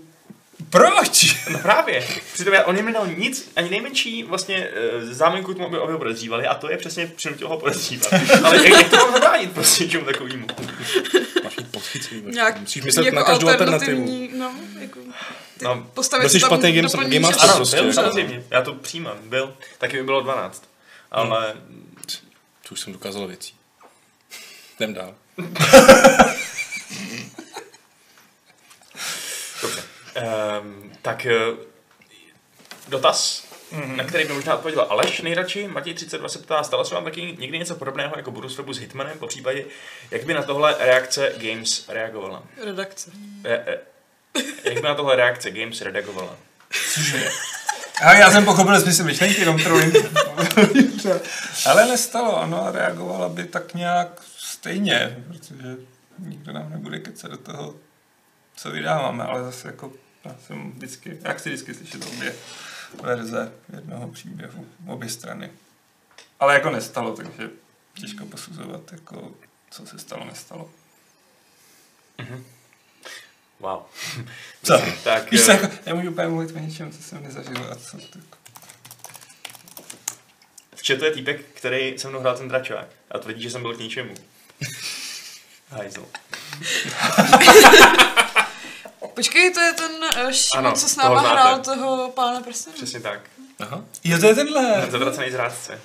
proč? No právě. Přitom já, on jim nedal nic, ani nejmenší vlastně e, záminku tomu, aby, aby ho podezřívali a to je přesně přinutilo ho podezřívat. Ale jak, jak to mám zabránit prostě něčemu takovýmu? Máš mít podchycený. Nějak jako Musíš myslet na každou alternativu. No, jako, No, postavit Byl jsi si tam špatný game- doplníš game master, ano, ještě- prostě. byl, samozřejmě. Já to přijímám, byl. Taky mi bylo 12. Ale To už jsem dokázal věcí. Jdem dál. dobře. Ehm, tak e, dotaz, na který by možná odpověděl Aleš nejradši. Matěj 32 se ptá, stalo se vám taky někdy něco podobného jako Budus webu s Hitmanem, po případě, jak by na tohle reakce Games reagovala? Redakce. E, e, Jak by na tohle reakce Games redagovala? Cože? A já jsem pochopil smysl myšlenky, jenom trolling. Ale nestalo, ano, reagovala by tak nějak stejně, protože nikdo nám nebude kecat do toho, co vydáváme, ale zase jako já jsem vždycky, jak si vždycky slyšet obě verze jednoho příběhu, obě strany. Ale jako nestalo, takže těžko posuzovat, jako co se stalo, nestalo. Wow. Co? Tak, Víš, co, eh, jako, nemůžu úplně mluvit o ničem, co jsem nezažil a co. Tak. v chatu je týpek, který se mnou hrál ten dračák a tvrdí, že jsem byl k ničemu. Hajzl. Počkej, to je ten eh, Ano, Šimon, co s toho náma znáte. hrál toho pána prstenů. Přesně tak. Aha. Jo, to je tenhle. Zatracený zrádce.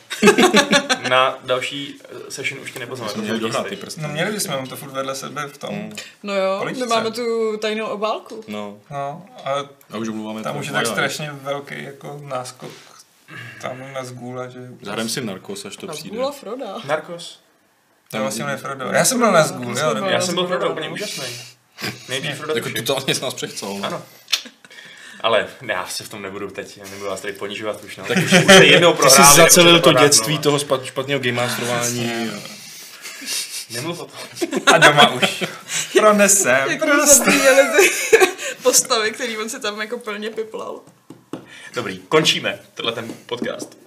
Na další eh, session už tě nepoznáme. to Můžu bude dohnat ty jistý. prsty. No měli bychom mám to furt vedle sebe v tom. No jo, Kolik my chce? máme tu tajnou obálku. No, No, ale a už jako omluváme. tam to už je moje, tak ne? strašně velký jako náskok tam na zgůla, že... Zahrajeme si narkos, až to Na přijde. Zgula Froda. Narkos. To vlastně je Frodo. Já jsem byl na zgůl, jo, No, Já dobře. jsem byl Frodo úplně úžasný. Nejdřív Frodo Jako tuším. totálně z nás přechcel. no. Ano. Ale ne, já se v tom nebudu teď, nebudu vás tady ponižovat už. No. Tak už jste jednou Ty jsi prohráli. zacelil už to prohrát dětství no. znova. toho spa- špatného game masterování. Nemluv o tom. A doma už. Pronesem. Jak mu zabíjeli ty postavy, který on se tam jako plně piplal. Dobrý, končíme tenhle ten podcast.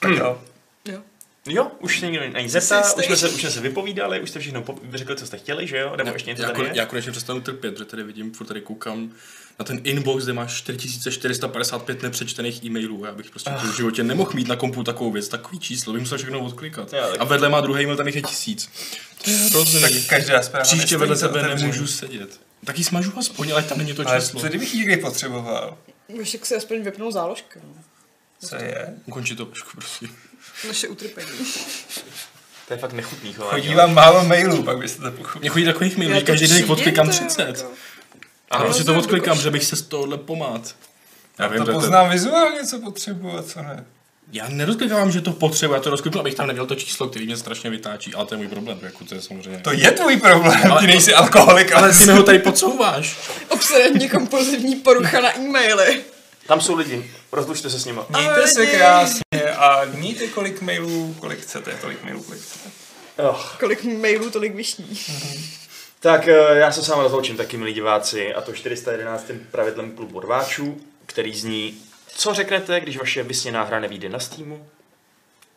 Tak jo. Jo. Jo, už se nikdo není zeptá, jsi už jsme, se, jistý? už jsme se vypovídali, už jste všechno po- řekli, co jste chtěli, že jo? Nebo ještě něco já, tady kon- je? jako- já konečně přestanu trpět, že tady vidím, furt tady koukám na ten inbox, kde máš 4455 nepřečtených e-mailů. Já bych prostě v životě nemohl mít na kompu takovou věc, takový číslo, bych musel všechno odklikat. Já taky. A vedle má druhý e-mail, tam jich je tisíc. Tak Rozumím. každá zpráva Příště nestojí vedle za sebe otevření. nemůžu sedět. Tak ji smažu aspoň, ale tam není to Ale číslo. co kdybych ji někdy potřeboval? Však se aspoň vypnou záložky. No. Co je? Ukonči to prostě. trošku, prosím. Naše utrpení. To je fakt nechutný chování. Chodí jo. vám málo mailů, pak byste to pochopili. Mně chodí takových Já mailů, to každý den jich přijde, odklikám to je 30. jako- A prostě to rozumím, odklikám, dokonce. že bych se z tohohle pomát. Já vím, To že to- poznám vizuálně, co potřebuji a co ne. Já nerozklikávám, že to potřebuji, já to rozkliknu, abych tam neměl to číslo, který mě strašně vytáčí, ale to je můj problém, jako to je samozřejmě. To je tvůj problém, ty nejsi alkoholik, ale Ale ty mi ho tady podsouváš. Obsedantně kompulzivní porucha na e-maily. Tam jsou lidi, rozlučte se s nima. mějte se Ahoj. krásně a mějte kolik mailů, kolik chcete, tolik mailů, kolik chcete. Oh. Kolik mailů, tolik vyšní. Tak eh, já se s vámi rozloučím taky, milí diváci, a to 411. pravidlem klubu rváčů, který zní, co řeknete, když vaše vysněná hra nevíde na Steamu?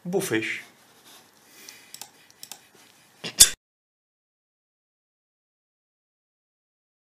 Bufiš.